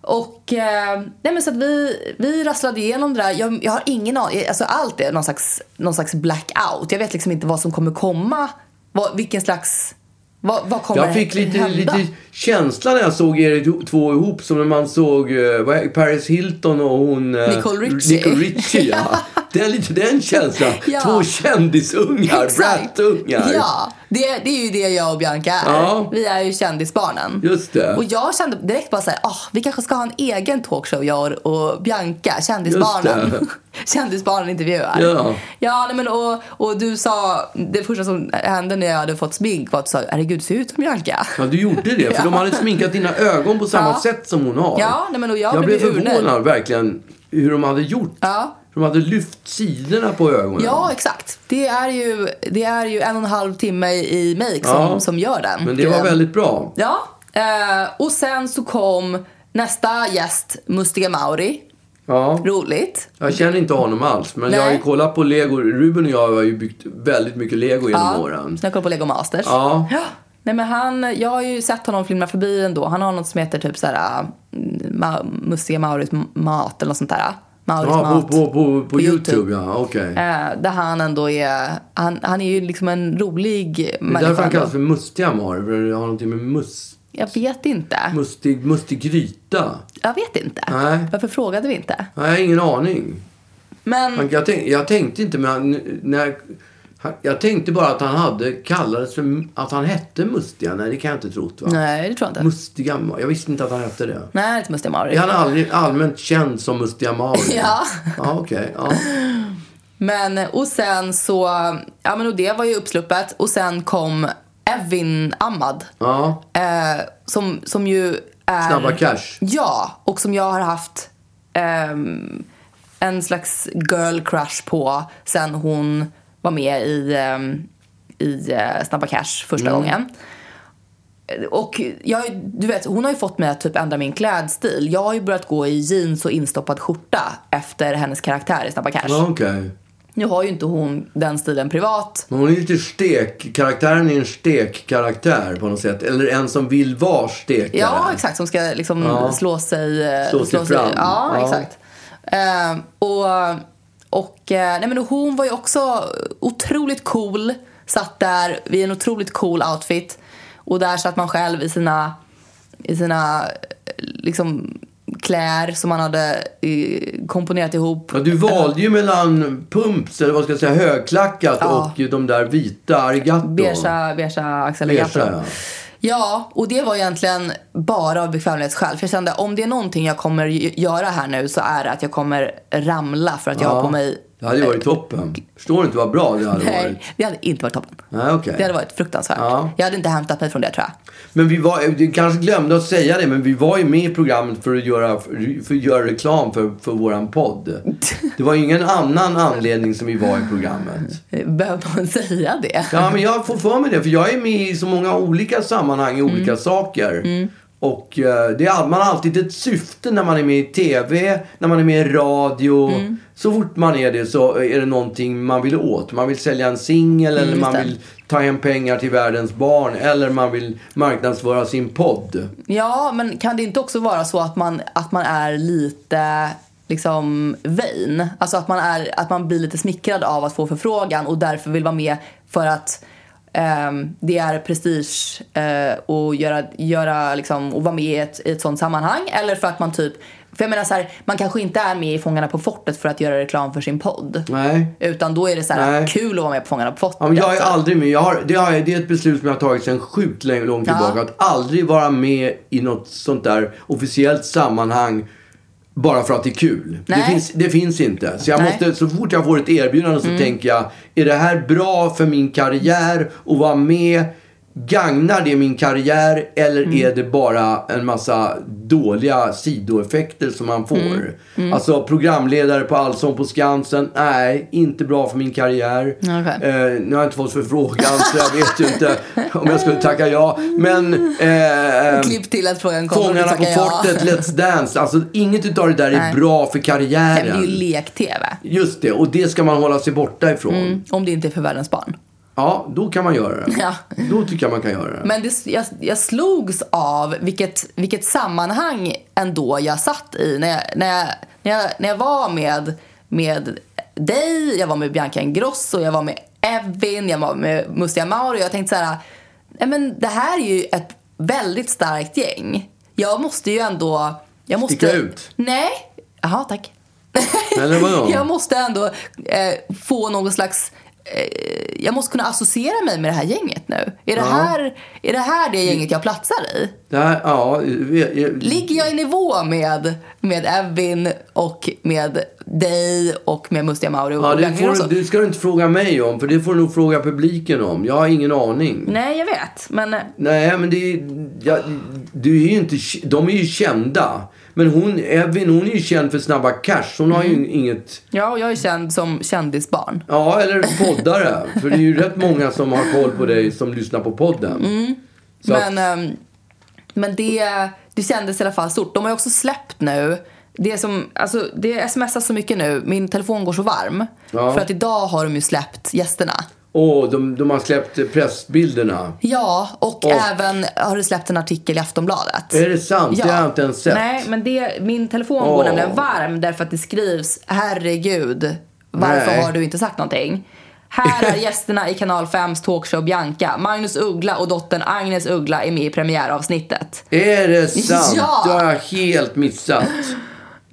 B: Och eh, nej men så att vi, vi rasslade igenom det där. Jag, jag har ingen aning. Alltså allt är någon slags, någon slags blackout. Jag vet liksom inte vad som kommer komma. Vad, vilken slags... Vad, vad kommer
A: Jag fick lite,
B: hända?
A: lite känsla när jag såg er två ihop som när man såg eh, vad är- Paris Hilton och hon... eh,
B: Nicole Richie.
A: Nicole Richie, ja. Det är lite den känslan.
B: Ja.
A: Två kändisungar,
B: Exakt.
A: brattungar.
B: Ja, det, det är ju det jag och Bianca är.
A: Ja.
B: Vi är ju kändisbarnen.
A: Just det.
B: Och jag kände direkt bara såhär, ah, vi kanske ska ha en egen talkshow jag och Bianca, kändisbarnen.
A: Just
B: kändisbarnen intervjuar.
A: Ja.
B: Ja, nej, men och, och du sa, det första som hände när jag hade fått smink var att du sa, herregud, ser ut som Bianca.
A: Ja, du gjorde det. För de hade sminkat dina ögon på samma
B: Ja.
A: sätt som hon har.
B: Ja, nej, men och jag
A: jag
B: blev
A: blev
B: ju
A: förvånad
B: urnöjd.
A: verkligen hur de hade gjort.
B: Ja.
A: Hur de hade lyft sidorna på ögonen.
B: Ja, exakt. Det är ju, det är ju en och en halv timme i make som,
A: Ja.
B: som gör den.
A: Men det var
B: grejen.
A: väldigt bra.
B: Ja, eh, och sen så kom nästa gäst, Mustiga Mauri.
A: Ja.
B: Roligt.
A: Jag känner inte honom alls, men
B: Nej.
A: jag har ju kollat på lego. Ruben och jag har ju byggt väldigt mycket lego genom åren.
B: Snacka på Lego Masters.
A: Ja.
B: Nej men han, jag har ju sett honom flimra förbi ändå. Han har något som heter typ såhär, ma- Mustiga Mauris mat eller något sånt där. Mauris
A: Ja, på,
B: mat.
A: på, på, på
B: På
A: Youtube,
B: YouTube.
A: ja. Okej.
B: Eh, där han ändå är, han, han är ju liksom en rolig
A: Det är därför
B: människa.
A: han kallas
B: ändå.
A: för mustiga Mar, för det har någonting med mus,
B: Jag vet inte.
A: mustig, mustig gryta.
B: Jag vet inte.
A: Nej.
B: Varför frågade vi inte?
A: Nej, jag har ingen aning.
B: Men,
A: Han,
B: Mm.
A: jag, tänk, jag tänkte inte, men han, när, han, jag tänkte bara att han hade kallades för, att han hette Mustiga. Nej, det kan jag inte trott va?
B: nej det tror jag inte.
A: Mustiga Mar, jag visste inte att han hette det.
B: nej, inte Mustiga Mauri.
A: Är han all, allmänt känd som Mustiga Mauri?
B: Ja.
A: Ja, okej. ja.
B: Men och sen så, ja men och det var ju uppsluppet och sen kom Evin Ahmad.
A: ja.
B: Eh, som, som ju är...
A: Snabba cash.
B: Ja, och som jag har haft ehm, en slags girl crush på sen hon var med i, ehm, i eh, Snabba Cash första gången. Och jag, du vet, hon har ju fått mig att typ ändra min klädstil. Jag har ju börjat gå i jeans och instoppad skjorta efter hennes karaktär i Snabba Cash.
A: Ja, okej.
B: Nu har ju inte hon den stilen privat.
A: Men hon är lite stek. Karaktären är en stekkaraktär på något sätt. Eller en som vill vara stekare.
B: Ja, exakt. Som ska liksom
A: Ja.
B: slå sig... eh,
A: Slå sig fram.
B: Ja,
A: Ja.
B: exakt. Eh, och och eh, nej, men hon var ju också otroligt cool. Satt där i en otroligt cool outfit. Och där satt man själv i sina, i sina eh, liksom, kläder som man hade eh, komponerat ihop.
A: Ja, du valde ju mellan pumps, eller vad ska jag säga, högklackat
B: Ja.
A: och ju de där vita Arigato.
B: Beiga, beiga accelerator.
A: Beiga, ja.
B: ja. och det var egentligen bara av bekvämlighetsskäl. För jag kände om det är någonting jag kommer gö- göra här nu så är det att jag kommer ramla för att jag har på mig...
A: Det hade ju varit toppen. Förstår inte vad bra det hade varit.
B: Nej, det hade inte varit toppen.
A: Nej, okej.
B: Det hade varit fruktansvärt.
A: Ja.
B: Jag hade inte hämtat mig från det tror jag.
A: Men vi var, du kanske glömde att säga det, men vi var ju med i programmet för att göra, för att göra reklam för, för våran podd. Det var ju ingen annan anledning som vi var i programmet.
B: Eh, Behöver man säga det?
A: Ja, men jag får för mig det. För jag är med i så många olika sammanhang i olika saker. Och eh, det är, all- man har alltid ett syfte när man är med i TV, när man är med i radio. Så fort man är det så är det någonting man vill åt. Man vill sälja en singel eller man
B: det.
A: vill ta hem pengar till världens barn. Eller man vill marknadsföra sin podd.
B: Ja, men kan det inte också vara så att man, att man är lite liksom vain? Alltså att man, är, att man blir lite smickrad av att få förfrågan och därför vill vara med för att ehm, det är prestige eh, och göra, göra liksom, och vara med i ett, i ett sånt sammanhang. Eller för att man typ, för jag menar så här, man kanske inte är med i Fångarna på fortet för att göra reklam för sin podd.
A: Nej.
B: Utan då är det så här
A: Nej.
B: kul att vara med på Fångarna på fortet. Alltså,
A: Ja, men jag är aldrig med. Jag har, det, har, jag- det är ett beslut som jag har tagit sedan sjukt länge, långt
B: Ja.
A: tillbaka. Att aldrig vara med i något sånt där officiellt sammanhang bara för att det är kul. Det
B: Nej.
A: finns, det finns inte. Så, jag
B: Nej. Mm.
A: måste, så fort jag får ett erbjudande så tänker jag, är det här bra för min karriär att vara med? Gagnar det min karriär eller
B: Mm.
A: är det bara en massa dåliga sidoeffekter som man får?
B: Mm.
A: Alltså programledare på Allsång på Skansen, nej, inte bra för min karriär.
B: Okej.
A: Eh, nu har jag inte fått förfrågan så jag vet ju inte om jag skulle tacka ja. Men eh, eh,
B: Klipp till att frågan kommer.
A: Fångarna
B: och
A: på
B: du tackar ja.
A: fortet, Let's Dance. Alltså inget utav det där är
B: Nej.
A: bra för
B: Nej, men det är ju
A: karriären.
B: lek-tv.
A: Just det, och det ska man hålla sig borta ifrån.
B: Om det inte är för världens barn.
A: Ja, då kan man göra det.
B: Mm. Ja.
A: Då tycker jag man kan göra det.
B: Men det, jag, jag slogs av vilket, vilket sammanhang ändå jag satt i när jag, när jag, när jag, när jag var med, med dig, jag var med Bianca Ingrosso, jag var med Evin, jag var med Mustiga Mauro. Jag tänkte så här, nej men det här är ju ett väldigt starkt gäng. Jag måste ju ändå... Jag måste,
A: Sticka ut.
B: Nej. Jaha, tack.
A: Eller vadå?
B: Jag måste ändå eh, få någon slags... Eh, jag måste kunna associera mig med det här gänget nu. Är
A: Ja.
B: det, här, är det här det gänget jag platsar i?
A: Det här, ja, vi- jag-
B: Ligger jag i nivå med, med Evin och med dig och med Mustiga Mauro?
A: ja,
B: och
A: det,
B: Bianca
A: får,
B: Ingrosso?
A: du- det ska du inte fråga mig om, för det får du nog fråga publiken om. Jag har ingen aning.
B: Nej, jag vet. Men... eh,
A: Nej, men det är ju- ja, du är ju inte, k- de är ju kända. Men hon, Evin, hon är ju känd för Snabba Cash. Hon har
B: Mm.
A: ju inget...
B: Ja, och jag är känd som kändisbarn.
A: Ja, eller poddare. För det är ju rätt många som har koll på dig som lyssnar på podden. Så att-
B: Mm. Men, ehm, men det, det kändes i alla fall stort. De har ju också släppt nu. Det, som, alltså, det smsas så mycket nu. Min telefon går så varm.
A: Ja.
B: För att idag har de ju släppt gästerna.
A: Och de, de har släppt pressbilderna.
B: Ja, och,
A: Och-
B: även har du släppt en artikel i Aftonbladet.
A: Är det sant? Det har jag inte ens sett.
B: Nej, men det, min telefon
A: Åh.
B: går nämligen varm därför att det skrivs herregud, varför
A: Nej.
B: har du inte sagt någonting? Här är gästerna i Kanal 5s talkshow Bianca. Magnus Uggla och dottern Agnes Uggla är med i premiäravsnittet.
A: Är det sant?
B: Ja.
A: Det har jag helt missat.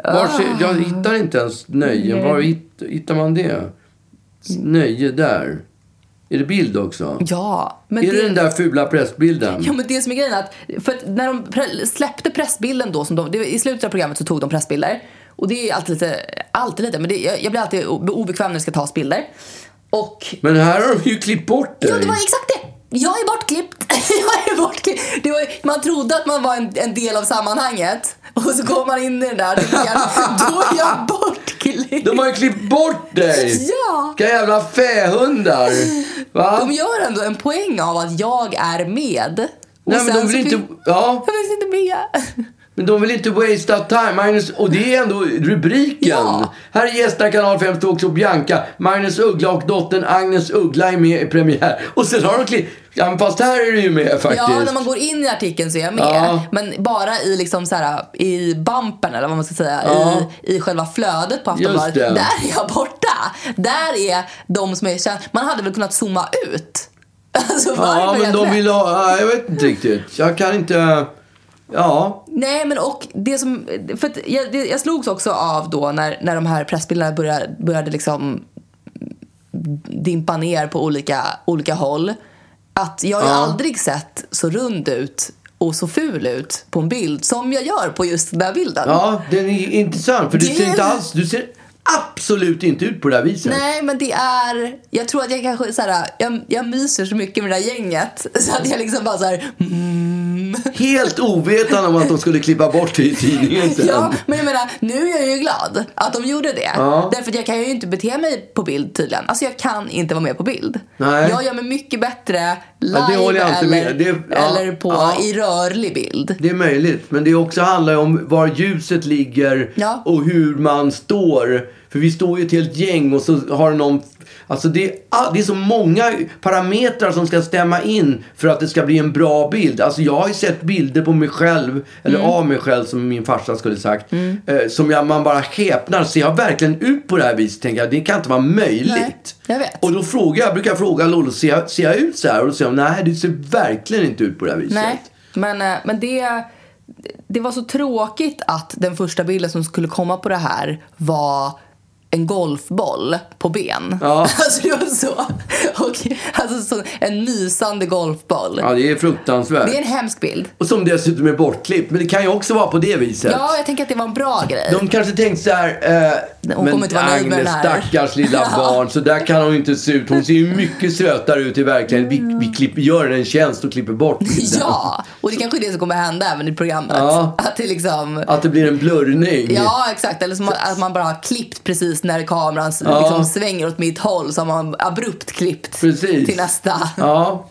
A: Var, se- jag hittar inte ens nöjen. Var hitt, hittar man det? S- Nöje där. Är det bild också?
B: Ja, men
A: är det, den där fula pressbilden?
B: Ja men det som är grejen är att, för att när de pre- släppte pressbilden då, som de, det, var- i slutet av programmet så tog de pressbilder. Och det är alltid lite, alltid lite, men det, jag, jag blir alltid o- obekväm när det ska tas bilder. Och
A: Men här har de ju klippt bort dig.
B: Ja, det var exakt det. Jag är bortklippt. Jag är bortklippt. Det var, man trodde att man var en, en del av sammanhanget och så kom man in i den där artikeln. Då är jag bortklippt.
A: De har ju klippt bort dig!
B: Ja.
A: Vilka jävla fähundar! Va?
B: De gör ändå en poäng av att jag är med. Och
A: Nej, men
B: sen
A: de vill
B: så-
A: inte... Ja.
B: Jag finns inte med.
A: Men de vill inte waste of time. Magnus, och det är ändå rubriken.
B: Ja.
A: Här gästar Kanal 5 också Bianca. Magnus Uggla och dottern Agnes Uggla är med i premiär. Och sen har de klipp... Ja, men fast här är du ju med faktiskt.
B: Ja, när man går in i artikeln så är jag med.
A: Ja.
B: Men bara i liksom så här, i bumpen eller vad man ska säga,
A: Ja.
B: i, i själva flödet på
A: Just
B: Aftonbladet.
A: det.
B: Där är jag borta. Där är de som är kända. Man hade väl kunnat zooma ut. Alltså,
A: Ja,
B: varför
A: men de
B: egentligen?
A: vill ha... Ja, jag vet inte riktigt. Jag kan inte... Ja.
B: Nej, men och det som... För att jag, det, jag slogs också av då när, när de här pressbilderna började, började liksom dimpa ner på olika, olika håll. Att jag har ju
A: Ja.
B: aldrig sett så rund ut och så ful ut på en bild som jag gör på just den där bilden.
A: Ja, den är intressant. För du
B: Det-
A: ser inte alls... Du ser absolut inte ut på det här viset.
B: Nej, men det är... Jag tror att jag kanske så här, jag, jag myser så mycket med det där gänget så att jag liksom bara så här... Mm.
A: Helt ovetande om att de skulle klippa bort det i tidningen sen.
B: Ja, men jag menar, nu är jag ju glad att de gjorde det.
A: Ja.
B: Därför att jag kan ju inte bete mig på bild tydligen. Alltså jag kan inte vara med på bild.
A: Nej.
B: Jag gör mig mycket bättre live
A: Ja, det håller jag inte med.
B: eller,
A: Det- ja,
B: eller på,
A: ja.
B: i rörlig bild.
A: Det är möjligt, men det också handlar ju om var ljuset ligger
B: Ja.
A: och hur man står. För vi står ju ett helt gäng och så har någon... Alltså det är, all- det är så många parametrar som ska stämma in för att det ska bli en bra bild. Alltså jag har ju sett bilder på mig själv, eller
B: Mm.
A: av mig själv som min farsa skulle sagt. Eh, som jag, man bara häpnar. Ser jag verkligen ut på det här viset? Tänker jag, det kan inte vara möjligt.
B: Nej, jag vet.
A: Och då frågar jag, brukar jag fråga Lollo, ser, jag- ser jag ut så här? Och då säger hon, nej du ser verkligen inte ut på det här viset.
B: Nej, men, eh, men det, det var så tråkigt att den första bilden som skulle komma på det här var en golfboll på ben.
A: Ja.
B: Alltså det var så. Och, alltså, sån, en mysande golfboll.
A: Ja, det är fruktansvärt.
B: Det är en hemsk bild.
A: Och som dessutom är bortklippt. Men det kan ju också vara på det viset.
B: Ja, jag tänker att det var en bra grej.
A: De kanske tänkte så här, eh,
B: Hon kommer
A: men
B: inte vara nöjd med
A: Agnes
B: den här.
A: stackars lilla barn, så där kan hon ju inte se ut. Hon ser ju mycket sötare ut i verkligheten. Vi, vi klipper, gör henne en tjänst och klipper bort bilden.
B: Mm. Ja, och det kanske är det som kommer hända även i programmet.
A: Ja.
B: Att det liksom...
A: Att det blir en blurrning.
B: Ja, exakt. Eller som att man bara har klippt precis när kameran liksom svänger åt mitt håll. Så har man abrupt klippt
A: Precis.
B: till nästa.
A: Ja,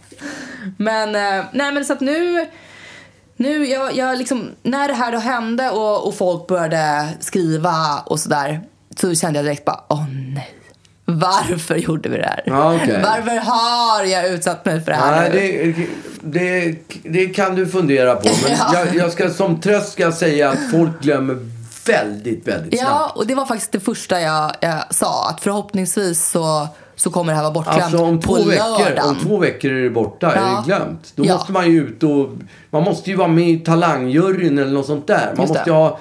B: Men, eh, nej men så att nu, nu jag, jag liksom, när det här då hände och, och folk började skriva och sådär. Så kände jag direkt bara, åh nej. Varför gjorde vi det här?
A: Ja, okej.
B: Varför har jag utsatt mig för det här
A: Nej,
B: nu?
A: det, det, det kan du fundera på. Men
B: Ja.
A: jag, jag ska som tröst ska jag säga att folk glömmer väldigt, väldigt
B: Ja,
A: snabbt.
B: och det var faktiskt det första jag, jag sa. Att förhoppningsvis så, så kommer det här vara bortglömt
A: Alltså om två,
B: på
A: veckor,
B: lördagen.
A: om två veckor är det borta, är
B: Ja.
A: det glömt. Då
B: Ja.
A: måste man ju ut och... Man måste ju vara med i talangjuryn eller något sånt där. Man
B: Just
A: måste
B: det.
A: ju ha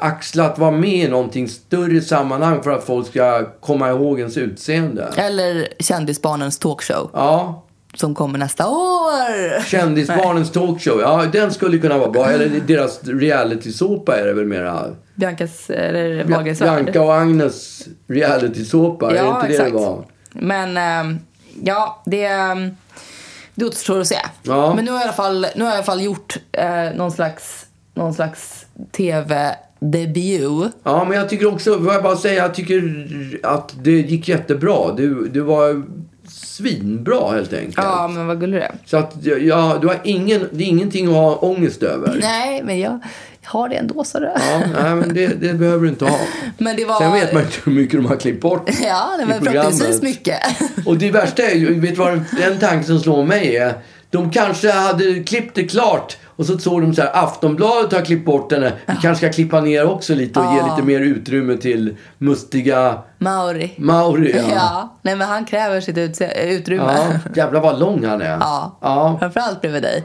A: axlat, vara med i någonting större sammanhang för att folk ska komma ihåg ens utseende.
B: Eller Kändisbarnens talkshow
A: Ja.
B: som kommer nästa år.
A: Kändisbarnens talkshow, ja den skulle kunna vara bra. Eller deras realitysåpa är det väl mera.
B: Biancas, eller Wahlgrens värld.
A: Bianca och Agnes realitysåpa, är det inte det det var?
B: Men ehm, ja, det, ehm, det återstår att se.
A: Ja.
B: Men nu har jag i alla fall, nu har jag i alla fall gjort eh, någon slags, någon slags tv-debut.
A: Ja, men jag tycker också, får jag bara säga, jag tycker att det gick jättebra. Du, du var svinbra helt enkelt.
B: Ja, men vad gullig du är.
A: Så att, jag- jag, du har ingen, det är ingenting att ha ångest över.
B: Nej, men jag har det ändå, sa du.
A: Ja, nej, men det, det behöver du inte ha.
B: Men det var...
A: Sen vet man inte hur mycket de har klippt bort.
B: Ja, det
A: i
B: var
A: programmet.
B: förhoppningsvis mycket.
A: Och det värsta är ju, vet du vad den, den tanken som slår mig är? De kanske hade klippt det klart och så såg de så här, Aftonbladet har klippt bort den. här. Vi kanske ska klippa ner också lite och ge lite mer utrymme till mustiga
B: Mauri.
A: Mauri.
B: Ja. nej men han kräver sitt utse- utrymme.
A: Ja, jävlar vad lång han är.
B: Ja.
A: ja.
B: Framförallt bredvid dig.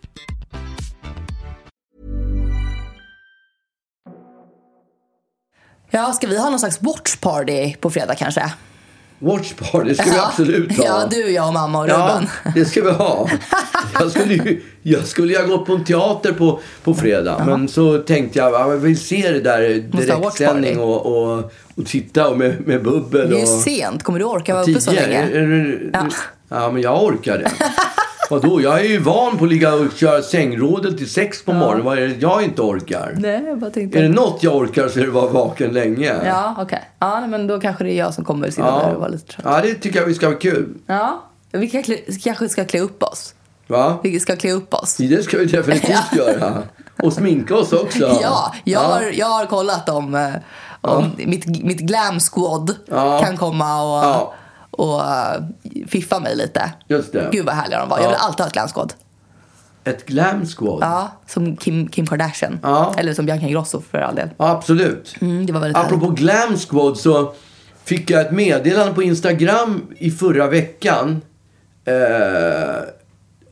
B: Ja, ska vi ha någon slags watchparty på fredag kanske?
A: Watch party, det ska vi absolut ha.
B: Ja, du, jag och mamma och
A: Ja,
B: Ruben.
A: det ska vi ha. Jag skulle ju, jag skulle ju ha gått på en teater på, på fredag. Men så tänkte jag, ja, jag vill se det där i
B: Måste ha
A: direktsändning
B: watch
A: och, och, och titta och med, med bubbel.
B: Det är
A: Och,
B: ju sent. Kommer du orka vara uppe så
A: tio.
B: länge?
A: Är- är- är-
B: Ja.
A: ja, men jag orkar det. Vadå, jag är ju van på att ligga och köra sängrådel till sex på morgonen. Vad är det jag inte orkar?
B: Nej, jag bara tänkte...
A: Är det något jag orkar så är det att vara vaken länge.
B: Ja, okej. Ja, nej, men då kanske det är jag som kommer sitta där och vara
A: Ja.
B: lite trött.
A: ja, det tycker jag vi ska ha kul.
B: Ja. Vi kan klä- kanske ska klä upp oss.
A: Va?
B: Vi ska klä upp oss.
A: Det ska vi definitivt göra. Och sminka oss också.
B: Ja, jag, Har, jag har kollat om, eh, om mitt, mitt glam squad kan komma och,
A: Ja.
B: och eh, fiffa mig lite.
A: Just det.
B: Gud vad härliga de var. Jag vill alltid ha ett glam squad.
A: Ett glam squad.
B: Ja, som Kim, Kim Kardashian.
A: Ja.
B: Eller som Bianca Ingrosso för all del.
A: Ja, absolut.
B: Mm, det var väldigt
A: Apropå glam squad så fick jag ett meddelande på Instagram i förra veckan. Eh,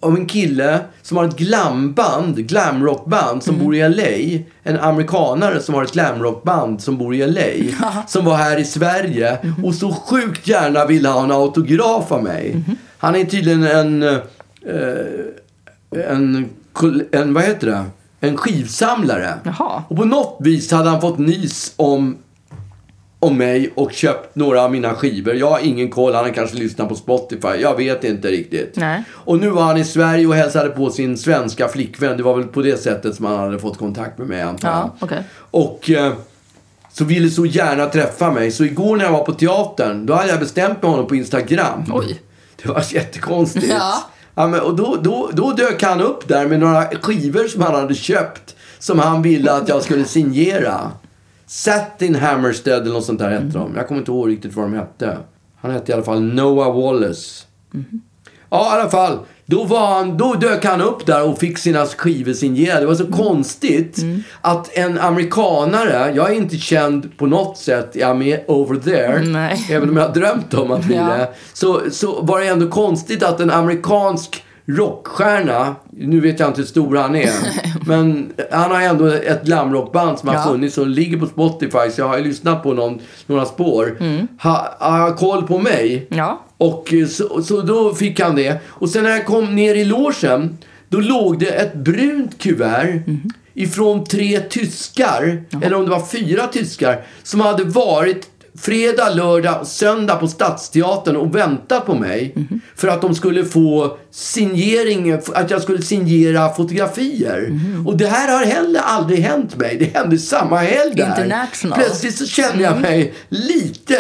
A: om en kille som har ett glamband, glamrockband, som bor i LA. En amerikanare som har ett glamrockband som bor i LA. som var här i Sverige och så sjukt gärna ville ha en autograf av mig. Han är tydligen en... eh, en, kol- en vad heter det? En skivsamlare.
B: Jaha.
A: Och på något vis hade han fått nys om om mig och köpt några av mina skivor. Jag har ingen koll, han har kanske lyssnat på Spotify. Jag vet inte riktigt.
B: Nej.
A: Och nu var han i Sverige och hälsade på sin svenska flickvän. Det var väl på det sättet som han hade fått kontakt med mig antar jag.
B: Ja, okej.
A: Och eh, så ville så gärna träffa mig. Så igår när jag var på teatern, då hade jag bestämt mig honom på Instagram.
B: Oj.
A: Det var jättekonstigt.
B: Ja.
A: Ja, men, och då, då, då dök han upp där med några skivor som han hade köpt. Som han ville att jag skulle signera. Satin Hammerstead eller något sånt där hette
B: Mm.
A: de. Jag kommer inte ihåg riktigt vad de hette. Han hette i alla fall Noah Wallace. Ja, i alla fall. Då, var han, då dök han upp där och fick sina skivor signerade. Det var så konstigt att en amerikanare, jag är inte känd på något sätt, jag är med over there,
B: Nej.
A: även om jag har drömt om att bli
B: Ja.
A: det, så, så var det ändå konstigt att en amerikansk rockstjärna, nu vet jag inte hur stor han är, men han har ändå ett glamrockband som har
B: Ja.
A: funnits och ligger på Spotify, så jag har ju lyssnat på någon, några spår. Ha, har koll på mig?
B: Mm. Ja.
A: Och eh, så, så då fick han det. Och sen när jag kom ner i logen, då låg det ett brunt kuvert ifrån tre tyskar, eller om det var fyra tyskar, som hade varit fredag, lördag och söndag på Stadsteatern och väntat på mig. För att de skulle få signering, att jag skulle signera fotografier. Och det här har heller aldrig hänt mig. Det hände samma helg där.
B: International.
A: Plötsligt så kände
B: Mm.
A: jag mig lite,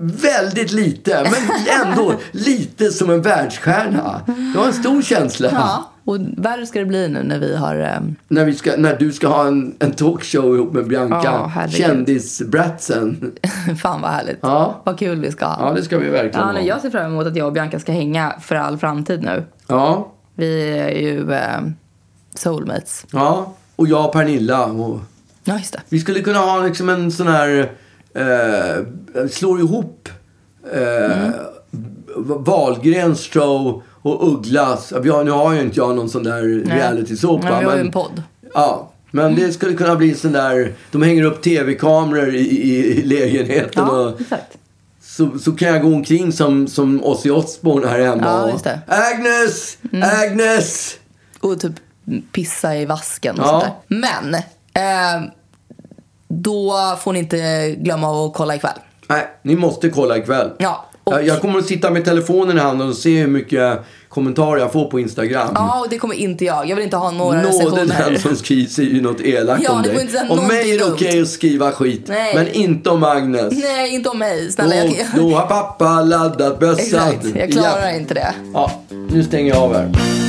A: väldigt lite, men ändå lite som en världsstjärna. Det var en stor känsla.
B: Ja. Och värre ska det bli nu när vi har... ehm,
A: När, vi ska, när du ska ha en, en talkshow ihop med Bianca,
B: Ja, herregud.
A: kändisbratsen.
B: fan vad härligt.
A: Ja.
B: Vad kul vi ska ha.
A: Ja, det ska vi verkligen
B: Ja,
A: ha.
B: nej, jag ser fram emot att jag och Bianca ska hänga för all framtid nu.
A: Ja,
B: Vi är ju eh, soulmates.
A: ja. Och jag och Pernilla. Och
B: Ja, just det.
A: vi skulle kunna ha liksom en sån här, eh, slår ihop eh,
B: Mm.
A: Wahlgrens show och Ugglas. Vi har, nu har ju inte jag någon sån där reality-såpa.
B: Men vi har ju en podd.
A: Ja, men
B: Mm.
A: det skulle kunna bli sån där... De hänger upp tv-kameror i, i, i lägenheten.
B: Ja,
A: och,
B: exakt.
A: så, så kan jag gå omkring som, som Ozzy Osbourne här hemma.
B: Ja,
A: och,
B: just det. Mm.
A: Agnes! Agnes!
B: Och typ pissa i vasken och
A: Ja.
B: sånt där. Men eh, då får ni inte glömma att kolla ikväll.
A: Nej, ni måste kolla ikväll.
B: Ja, och-
A: Jag, jag kommer att sitta med telefonen i handen och se hur mycket kommentarer jag får på Instagram.
B: Ja, och det kommer inte jag. Jag vill inte ha några
A: Nåde
B: recensioner.
A: den som skriver sig något elakt
B: Ja,
A: om
B: ni får
A: dig.
B: inte säga
A: om mig är det
B: någonting
A: okej
B: dumt.
A: att skriva skit,
B: Nej.
A: men inte om Agnes.
B: Nej, inte om mig. Snälla, jag,
A: Då, då har pappa laddat bössan.
B: exakt, jag klarar
A: Ja.
B: inte det.
A: Ja, nu stänger jag av här.